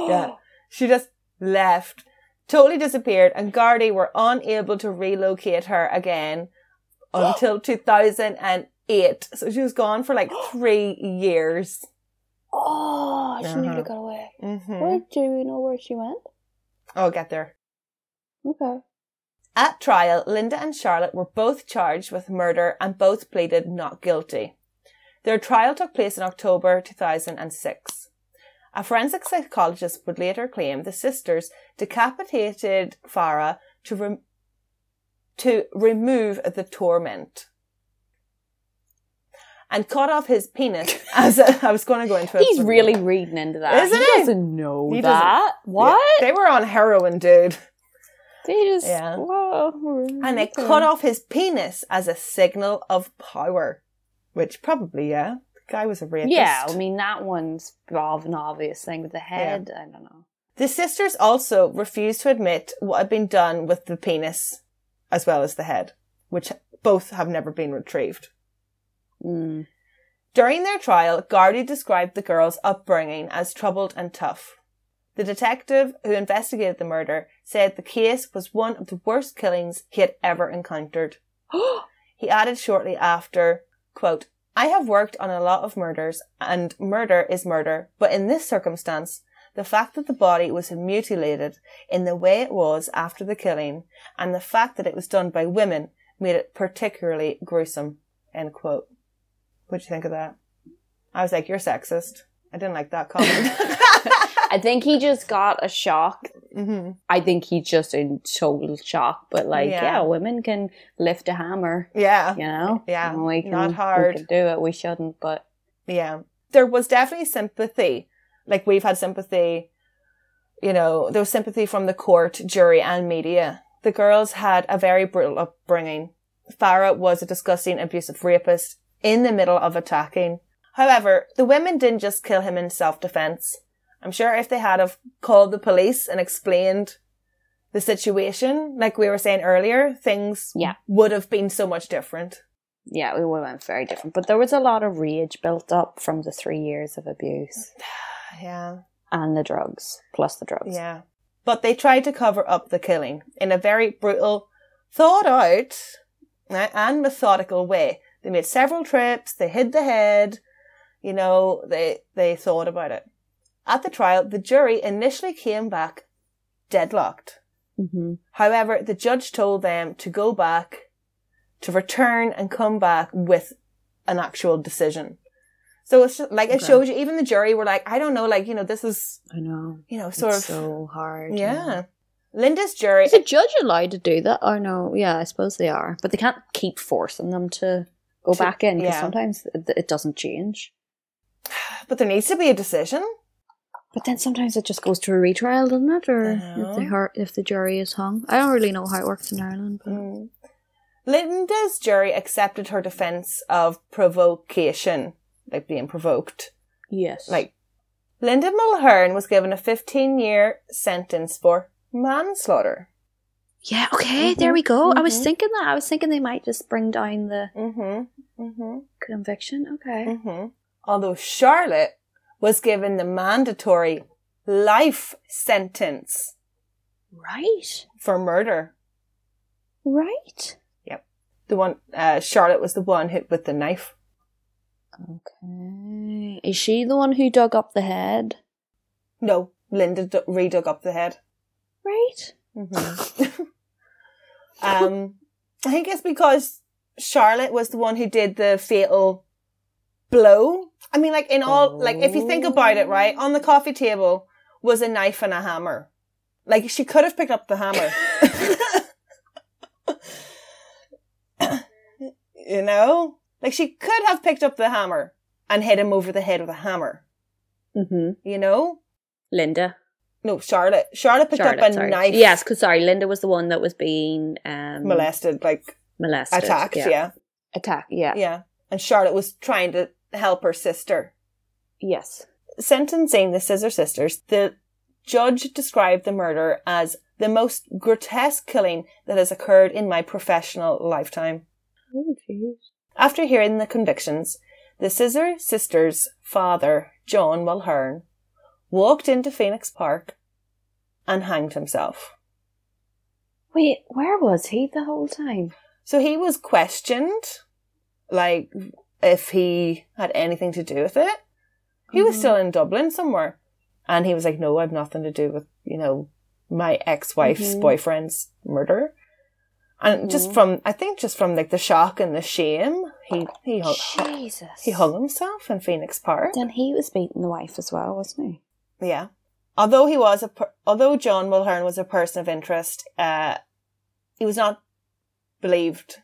[SPEAKER 3] yeah. She just left, totally disappeared, and Gardy were unable to relocate her
[SPEAKER 8] *gasps*
[SPEAKER 3] again until 2008. So she was gone for like *gasps* three years.
[SPEAKER 8] Oh, she nearly
[SPEAKER 3] Uh-huh.
[SPEAKER 8] got away.
[SPEAKER 3] Mm-hmm.
[SPEAKER 8] Where do we know where she went?
[SPEAKER 3] I'll Oh, get there.
[SPEAKER 8] Okay.
[SPEAKER 3] At trial, Linda and Charlotte were both charged with murder and both pleaded not guilty. Their trial took place in October 2006. A forensic psychologist would later claim the sisters decapitated Farah to, rem- to remove the torment and cut off
[SPEAKER 2] *laughs*
[SPEAKER 3] his penis as a, I was going to go into it.
[SPEAKER 2] He's
[SPEAKER 3] but-
[SPEAKER 2] really reading into that.
[SPEAKER 3] Isn't
[SPEAKER 2] he
[SPEAKER 3] he?
[SPEAKER 2] doesn't know
[SPEAKER 3] He doesn't-
[SPEAKER 2] that. What?
[SPEAKER 3] They were on heroin, dude.
[SPEAKER 2] They just
[SPEAKER 3] Yeah.
[SPEAKER 2] whoa.
[SPEAKER 3] and they
[SPEAKER 2] Okay.
[SPEAKER 3] cut off his penis as a signal of power, which probably yeah, the guy was a rapist.
[SPEAKER 2] Yeah, I mean that one's of an obvious thing with the head. I don't know.
[SPEAKER 3] the sisters also refused to admit what had been done with the penis, as well as the head, which both have never been retrieved.
[SPEAKER 2] Mm.
[SPEAKER 3] During their trial, Gardy described the girl's upbringing as troubled and tough. The detective who investigated the murder said the case was one of the worst killings he had ever encountered. he added shortly after, quote, I have worked on a lot of murders and murder is murder, but in this circumstance, the fact that the body was mutilated in the way it was after the killing and the fact that it was done by women made it particularly gruesome, end quote. What'd you think of that? I was like, you're sexist. I didn't like that comment.
[SPEAKER 2] *gasps*
[SPEAKER 3] *laughs*
[SPEAKER 2] I think he just got a shock.
[SPEAKER 3] hmm
[SPEAKER 2] I think he just in total shock. But like,
[SPEAKER 3] Yeah.
[SPEAKER 2] yeah. women can lift a hammer.
[SPEAKER 3] Yeah.
[SPEAKER 2] You know.
[SPEAKER 3] Yeah,
[SPEAKER 2] And we can,
[SPEAKER 3] not hard.
[SPEAKER 2] We can do it. We shouldn't, but
[SPEAKER 3] Yeah. There was definitely sympathy. Like we've had sympathy, you know, there was sympathy from the court, jury and media. The girls had a very brutal upbringing. Farah was a disgusting, abusive rapist in the middle of attacking. However, the women didn't just kill him in self-defense. I'm sure if they had have called the police and explained the situation, like we were saying earlier, things
[SPEAKER 2] Yeah.
[SPEAKER 3] would have been so much different.
[SPEAKER 2] yeah, we went very different. But there was a lot of rage built up from the three years of abuse
[SPEAKER 3] Yeah.
[SPEAKER 2] and the drugs, plus the drugs.
[SPEAKER 3] Yeah. But they tried to cover up the killing in a very brutal, thought out uh, and methodical way. They made several trips, they hid the head, you know, they, they thought about it. At the trial, the jury initially came back deadlocked.
[SPEAKER 2] Mm-hmm.
[SPEAKER 3] However, the judge told them to go back, to return and come back with an actual decision. So it's just, like, it
[SPEAKER 9] Okay.
[SPEAKER 3] shows you, even the jury were like, I don't know, like, you know, this is,
[SPEAKER 9] I know.
[SPEAKER 3] you know, sort
[SPEAKER 9] it's
[SPEAKER 3] of.
[SPEAKER 9] so hard.
[SPEAKER 3] Yeah. Linda's jury.
[SPEAKER 2] Is a judge allowed to do that?
[SPEAKER 10] Oh,
[SPEAKER 2] Or no? Yeah, I suppose they are, but they can't keep forcing them to go
[SPEAKER 3] To-
[SPEAKER 2] back in because
[SPEAKER 3] yeah.
[SPEAKER 2] sometimes it, it doesn't change.
[SPEAKER 3] But there needs to be a decision.
[SPEAKER 10] But then sometimes it just goes to a retrial, doesn't it? Or
[SPEAKER 3] Uh-huh.
[SPEAKER 10] if the har- if the jury is hung, I don't really know how it works in Ireland. But
[SPEAKER 3] Mm. Linda's jury accepted her defense of provocation, like being provoked.
[SPEAKER 9] Yes.
[SPEAKER 3] Like, Linda Mulhern was given a 15 year sentence for manslaughter.
[SPEAKER 10] yeah, okay,
[SPEAKER 3] Mm-hmm.
[SPEAKER 10] there we go. I was thinking that. I was thinking they might just bring down the
[SPEAKER 3] Mm hmm. Mm hmm.
[SPEAKER 10] conviction. Okay,
[SPEAKER 3] hmm Although Charlotte was given the mandatory life sentence
[SPEAKER 10] right,
[SPEAKER 3] for murder.
[SPEAKER 10] right.
[SPEAKER 3] The one uh, Charlotte was the one hit with the knife.
[SPEAKER 10] Okay, is she the one who dug up the head?
[SPEAKER 3] No, Linda d- redug up the head.
[SPEAKER 10] Right.
[SPEAKER 3] Mm-hmm. *laughs* um, I think it's because Charlotte was the one who did the fatal blow. I mean, like in all, like if you think about it, right, on the coffee table was a knife and a hammer. Like she could have picked up the hammer. *laughs* you know, like she could have picked up the hammer and hit him over the head with a hammer.
[SPEAKER 9] Mm-hmm.
[SPEAKER 3] You know,
[SPEAKER 2] Linda.
[SPEAKER 3] no, Charlotte. Charlotte picked up
[SPEAKER 2] Charlotte,
[SPEAKER 3] a
[SPEAKER 2] sorry.
[SPEAKER 3] knife.
[SPEAKER 2] Yes, because sorry, Linda was the one that was being um,
[SPEAKER 3] molested, like
[SPEAKER 2] molested.
[SPEAKER 3] attacked. yeah.
[SPEAKER 2] Attack, yeah.
[SPEAKER 3] Yeah. And Charlotte was trying to help her sister.
[SPEAKER 2] Yes.
[SPEAKER 3] Sentencing the Scissor Sisters, the judge described the murder as the most grotesque killing that has occurred in my professional lifetime.
[SPEAKER 10] Oh jeez.
[SPEAKER 3] After hearing the convictions, the Scissor Sisters' father, John Mulhern, walked into Phoenix Park and hanged himself.
[SPEAKER 2] Wait, where was he the whole time?
[SPEAKER 3] So he was questioned, like if he had anything to do with it. He was still in Dublin somewhere, and he was like, "No, I've nothing to do with you know my ex-wife's boyfriend's murder." And just from, I think, just from like the shock and the shame, he he hung,
[SPEAKER 10] Jesus.
[SPEAKER 3] he hung himself in Phoenix Park.
[SPEAKER 2] Then he was beating the wife as well, wasn't he?
[SPEAKER 3] Yeah. Although he was a, per- although John Mulhern was a person of interest, uh, he was not believed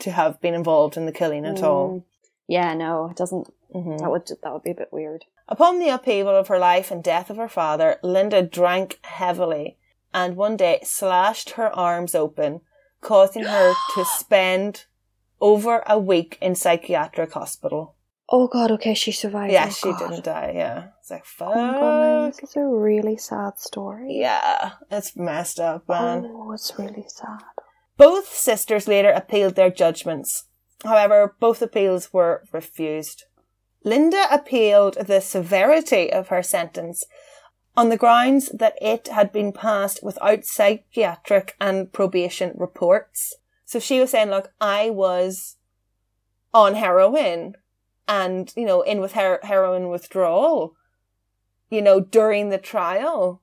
[SPEAKER 3] to have been involved in the killing at all.
[SPEAKER 2] Mm. Yeah, no, it doesn't.
[SPEAKER 3] Mhm.
[SPEAKER 2] That would that would be a bit weird.
[SPEAKER 3] Upon the upheaval of her life and death of her father, Linda drank heavily and one day slashed her arms open, causing her
[SPEAKER 2] *gasps*
[SPEAKER 3] to spend over a week in psychiatric hospital.
[SPEAKER 10] Oh god. Okay, she survived.
[SPEAKER 3] yeah,
[SPEAKER 10] Oh,
[SPEAKER 3] she
[SPEAKER 10] God.
[SPEAKER 3] didn't die. Yeah, it's like fuck.
[SPEAKER 2] Oh my god, Mary, this is a really sad story.
[SPEAKER 3] yeah, it's messed up, man.
[SPEAKER 2] Oh, it's really sad.
[SPEAKER 3] Both sisters later appealed their judgments. However, both appeals were refused. Linda appealed the severity of her sentence on the grounds that it had been passed without psychiatric and probation reports. So she was saying, look, I was on heroin and, you know, in with her- heroin withdrawal, you know, during the trial.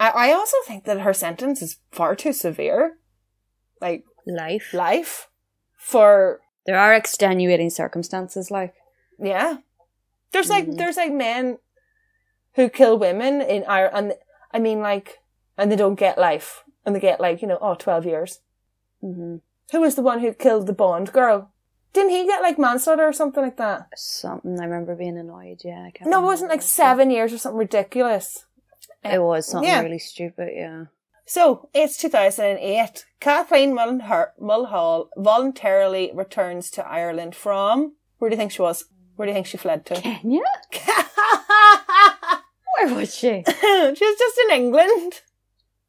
[SPEAKER 3] I, I also think that her sentence is far too severe. Like,
[SPEAKER 10] Life.
[SPEAKER 3] life for
[SPEAKER 10] There are extenuating circumstances, like
[SPEAKER 3] yeah there's like there's like men who kill women in Ireland and I mean like and they don't get life and they get like you know oh 12 years
[SPEAKER 10] Mhm.
[SPEAKER 3] who was the one who killed the Bond girl didn't he get like manslaughter or something like that
[SPEAKER 10] something. I remember being annoyed. Yeah. I can't
[SPEAKER 3] no it
[SPEAKER 10] remember
[SPEAKER 3] wasn't
[SPEAKER 10] what
[SPEAKER 3] like seven years or something ridiculous
[SPEAKER 10] It was something
[SPEAKER 3] Yeah.
[SPEAKER 10] really stupid. Yeah.
[SPEAKER 3] So it's 2008. Kathleen Mullenher- Mulhall voluntarily returns to Ireland from. Where do you think she was? Where do you think she fled to? *laughs*
[SPEAKER 10] Kenya.
[SPEAKER 3] she
[SPEAKER 10] Where was *laughs* she?
[SPEAKER 3] was just in England.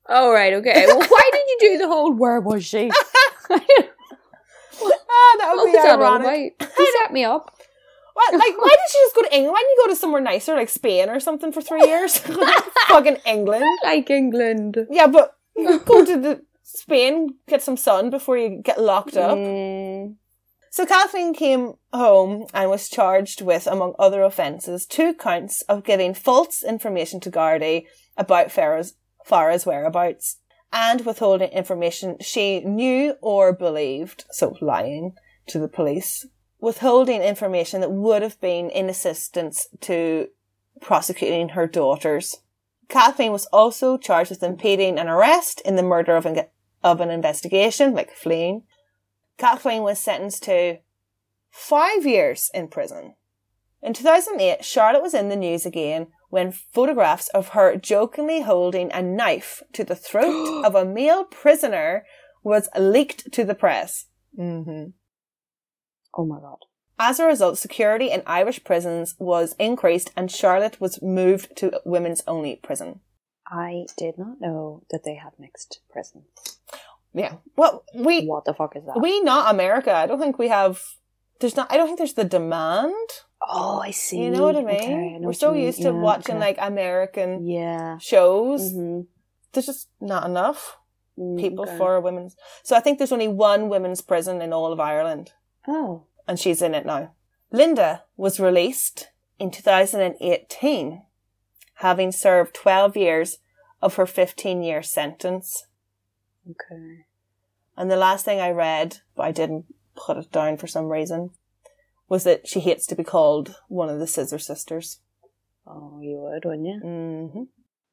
[SPEAKER 10] oh right. Okay. Well, why did you do the whole? Where was *laughs*
[SPEAKER 3] *laughs*
[SPEAKER 10] she?
[SPEAKER 3] Oh, that
[SPEAKER 10] *laughs* What was
[SPEAKER 3] would be
[SPEAKER 10] that all
[SPEAKER 3] ironic. *laughs*
[SPEAKER 10] about? You set me up.
[SPEAKER 3] What, like, why did she just go to England? Why didn't you go to somewhere nicer, like Spain or something, for three years? *laughs* Fucking England.
[SPEAKER 10] Like England.
[SPEAKER 3] Yeah, but you could go to the Spain, get some sun before you get locked up.
[SPEAKER 10] Eh,
[SPEAKER 3] So Kathleen came home and was charged with, among other offences, two counts of giving false information to Gardy about Farah's, Farah's whereabouts and withholding information she knew or believed, so lying to the police, withholding information that would have been in assistance to prosecuting her daughters. Kathleen was also charged with impeding an arrest in the murder of an, of an investigation, like fleeing. Kathleen was sentenced to five years in prison. In 2008, Charlotte was in the news again when photographs of her jokingly holding a knife to
[SPEAKER 1] *gasps*
[SPEAKER 3] the throat of a male prisoner was leaked to the press. Mm-hmm.
[SPEAKER 2] Oh my god.
[SPEAKER 3] As a result, security in Irish prisons was increased and Charlotte was moved to women's only prison.
[SPEAKER 2] I did not know that they had mixed prisons.
[SPEAKER 3] Yeah. Well, we
[SPEAKER 2] What the fuck is that?
[SPEAKER 3] we not America. I don't think we have there's not I don't think there's the demand.
[SPEAKER 2] oh, I see.
[SPEAKER 3] You know what I mean?
[SPEAKER 2] Okay, I know
[SPEAKER 3] We're
[SPEAKER 2] what
[SPEAKER 3] so
[SPEAKER 2] you mean.
[SPEAKER 3] used
[SPEAKER 2] Yeah,
[SPEAKER 3] to watching
[SPEAKER 2] okay.
[SPEAKER 3] like American
[SPEAKER 2] Yeah.
[SPEAKER 3] shows.
[SPEAKER 2] Mhm.
[SPEAKER 3] There's just not enough
[SPEAKER 2] Mm,
[SPEAKER 3] people
[SPEAKER 2] okay.
[SPEAKER 3] for women's. So I think there's only one women's prison in all of Ireland.
[SPEAKER 2] Oh.
[SPEAKER 3] and she's in it now. Linda was released in 2018, having served 12 years of her 15 year sentence.
[SPEAKER 2] Okay.
[SPEAKER 3] And the last thing I read, but I didn't put it down for some reason, was that she hates to be called one of the Scissor Sisters.
[SPEAKER 2] Oh, you would, wouldn't you?
[SPEAKER 3] Mm-hmm.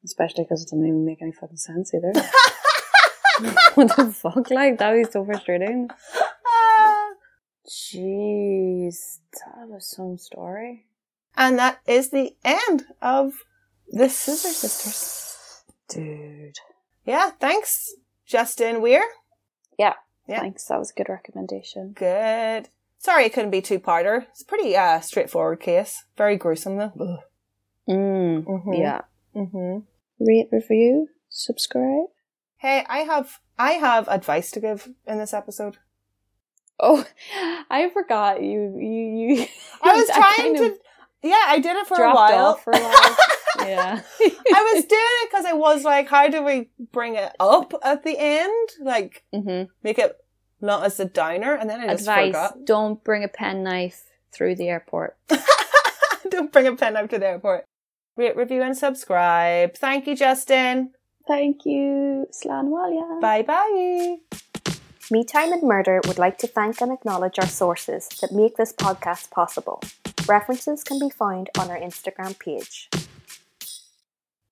[SPEAKER 2] Especially because it doesn't even make any fucking sense
[SPEAKER 3] *laughs*
[SPEAKER 2] either. what the fuck? Like that was so frustrating.
[SPEAKER 3] Ah.
[SPEAKER 2] Jeez, that was some story.
[SPEAKER 3] and that is the end of the Scissor Sisters.
[SPEAKER 2] Dude.
[SPEAKER 3] Yeah, thanks, Justin Weir. Yeah.
[SPEAKER 2] Thanks. That was a good recommendation.
[SPEAKER 3] Good. Sorry it couldn't be two parter. It's a pretty uh, straightforward case. Very gruesome though.
[SPEAKER 2] Mm.
[SPEAKER 3] Mm-hmm.
[SPEAKER 2] Yeah.
[SPEAKER 3] hmm
[SPEAKER 2] Mm-hmm. Rate, review, subscribe.
[SPEAKER 3] Hey, I have I have advice to give in this episode.
[SPEAKER 2] *laughs*
[SPEAKER 8] Oh, I forgot you. You. you
[SPEAKER 2] *laughs*
[SPEAKER 3] I was trying
[SPEAKER 8] kind
[SPEAKER 3] to.
[SPEAKER 8] of
[SPEAKER 3] Yeah, I did it for a
[SPEAKER 8] dropped
[SPEAKER 3] while.
[SPEAKER 8] off for a
[SPEAKER 3] *laughs*
[SPEAKER 8] while. yeah.
[SPEAKER 3] I was doing
[SPEAKER 2] *laughs*
[SPEAKER 3] it because I was like, how do we bring it
[SPEAKER 2] Oh.
[SPEAKER 3] up at the end? Like,
[SPEAKER 8] Mhm.
[SPEAKER 3] make it not as a downer, and then I just
[SPEAKER 10] Mm-hmm. Advice
[SPEAKER 3] forgot.
[SPEAKER 10] don't bring a penknife through the airport.
[SPEAKER 3] *laughs* Don't bring a pen up to the airport. Rate, review, and subscribe. Thank you, Justin.
[SPEAKER 2] Thank you, Slanwalia.
[SPEAKER 3] Bye bye.
[SPEAKER 11] Me Time and Murder would like to thank and acknowledge our sources that make this podcast possible. References can be found on our Instagram page.